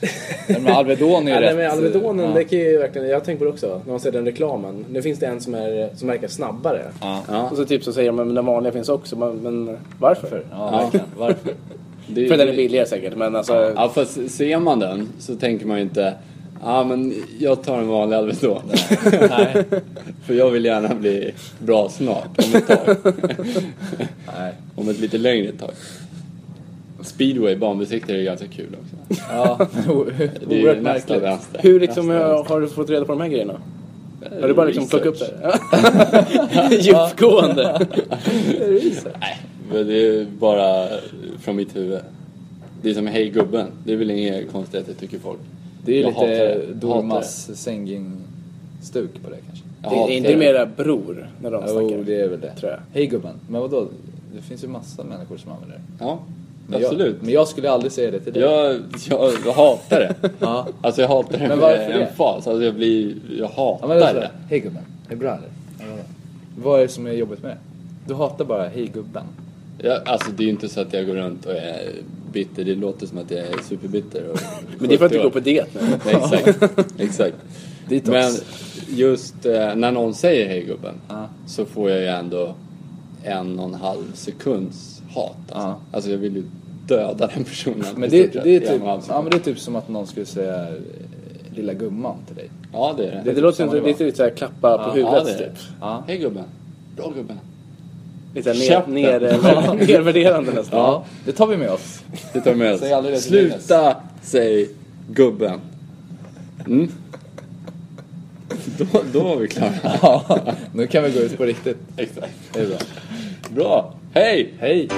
[SPEAKER 3] Nej, men Alvedon är ju
[SPEAKER 4] Ja,
[SPEAKER 3] rätt.
[SPEAKER 4] nej, men Alvedonen,
[SPEAKER 3] ja.
[SPEAKER 4] det kan ju verkligen, jag har tänkt på det också, när man ser den reklamen. Nu finns det en som, är, som verkar snabbare.
[SPEAKER 3] Ja.
[SPEAKER 4] Och så typ så säger de, men den vanliga finns också, men, men varför?
[SPEAKER 3] Ja, verkligen. Varför?
[SPEAKER 2] Det-
[SPEAKER 4] För den är billigare säkert, men alltså...
[SPEAKER 2] Ja, fast ser man den så tänker man ju inte Ja ah, men jag tar en vanlig Alvedon. Nej. För jag vill gärna bli bra snart om ett tag.
[SPEAKER 3] Nej.
[SPEAKER 2] Om ett lite längre tag. Speedway banbesiktigare är ganska kul också.
[SPEAKER 3] Ja.
[SPEAKER 2] Det är ju nästa
[SPEAKER 4] Oerhört märkligt.
[SPEAKER 2] vänster.
[SPEAKER 4] Hur liksom
[SPEAKER 2] Nästa
[SPEAKER 4] har,
[SPEAKER 2] vänster.
[SPEAKER 4] har du fått reda på de här grejerna? Har du bara liksom plockat upp
[SPEAKER 2] Research.
[SPEAKER 4] det? Djupgående.
[SPEAKER 2] Nej, men det är bara från mitt huvud. Det är som Hej gubben. Det är väl inget konstigheter tycker folk.
[SPEAKER 3] Det är ju
[SPEAKER 2] Jag hatar
[SPEAKER 3] lite
[SPEAKER 2] det.
[SPEAKER 3] Dormas Sengin-stuk på det kanske.
[SPEAKER 2] Jag
[SPEAKER 4] Det är
[SPEAKER 2] hatar
[SPEAKER 4] inte det mera bror när de
[SPEAKER 3] Jo,
[SPEAKER 4] snackar?
[SPEAKER 3] det är väl det.
[SPEAKER 4] Tror jag.
[SPEAKER 3] Hej gubben. Men vadå? Det finns ju massa människor som använder det.
[SPEAKER 2] Ja,
[SPEAKER 3] Men
[SPEAKER 2] absolut.
[SPEAKER 3] Jag, men jag skulle aldrig säga det till dig.
[SPEAKER 2] Jag, jag, jag hatar det.
[SPEAKER 3] Ja.
[SPEAKER 2] Alltså jag hatar det
[SPEAKER 3] Men
[SPEAKER 2] med
[SPEAKER 3] varför
[SPEAKER 2] en
[SPEAKER 3] det?
[SPEAKER 2] fas. Alltså jag blir... Jag
[SPEAKER 3] Ja,
[SPEAKER 2] hatar
[SPEAKER 3] men alltså- det är så
[SPEAKER 2] det.
[SPEAKER 3] här, Hej gubben. Är det bra eller? Ja, vadå? Vad är det som är jobbigt med det? Du hatar bara hej gubben.
[SPEAKER 2] Jag, alltså det är ju inte så att jag går runt och är bitter. Det låter som att jag är superbitter. Och
[SPEAKER 4] Men det är för att
[SPEAKER 2] 70
[SPEAKER 4] du
[SPEAKER 2] år.
[SPEAKER 4] går på diet nu.
[SPEAKER 2] Nej, exakt. exakt.
[SPEAKER 3] Detox.
[SPEAKER 2] Men just eh, när någon säger hej gubben
[SPEAKER 3] Ja.
[SPEAKER 2] så får jag ju ändå en och en halv sekunds hat. Alltså,
[SPEAKER 3] Ja.
[SPEAKER 2] alltså jag vill ju döda den personen.
[SPEAKER 3] Men
[SPEAKER 2] i
[SPEAKER 3] det,
[SPEAKER 2] stort sett alltså.
[SPEAKER 3] det, är
[SPEAKER 2] i en
[SPEAKER 3] typ,
[SPEAKER 2] och en halv sekund.
[SPEAKER 3] ja, men det är typ som att någon skulle säga eh, lilla gumman till dig.
[SPEAKER 2] Ja, det är det.
[SPEAKER 4] Det, det låter som
[SPEAKER 3] samma
[SPEAKER 4] att det är lite såhär klappa på
[SPEAKER 2] ja,
[SPEAKER 4] huvudet
[SPEAKER 2] det är det.
[SPEAKER 4] typ.
[SPEAKER 3] Ja.
[SPEAKER 2] Hej gubben. Bra gubben.
[SPEAKER 4] Lite ner,
[SPEAKER 2] Käften.
[SPEAKER 4] ner, nervärderande nästan.
[SPEAKER 3] Ja, det tar vi med oss.
[SPEAKER 2] Det tar med oss.
[SPEAKER 3] Säg aldrig det till
[SPEAKER 2] Sluta säg gubben. Mm. Då, då var vi klara.
[SPEAKER 3] Ja, nu kan vi gå ut på riktigt.
[SPEAKER 2] Exakt.
[SPEAKER 3] Det är bra.
[SPEAKER 2] Bra. Hej!
[SPEAKER 3] Hej!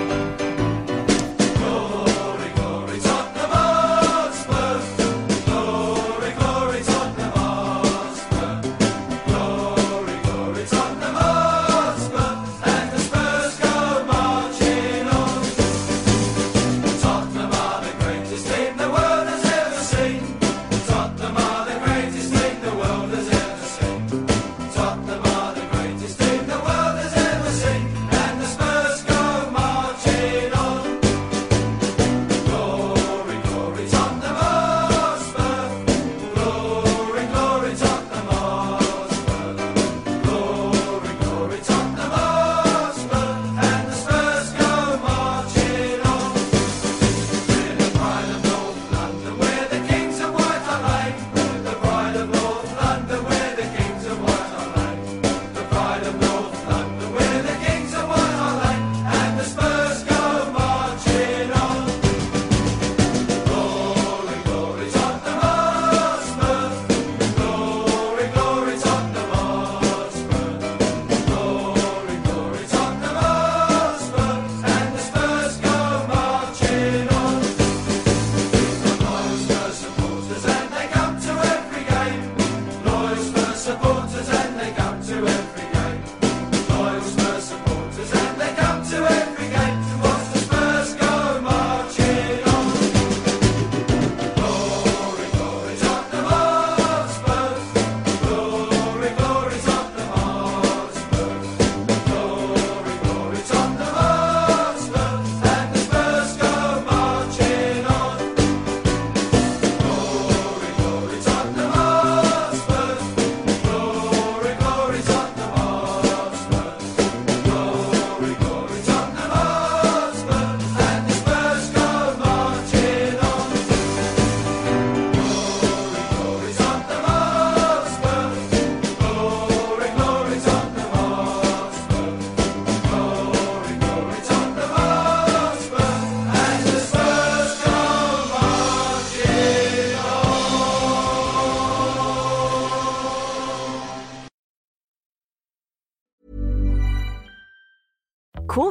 [SPEAKER 6] Cool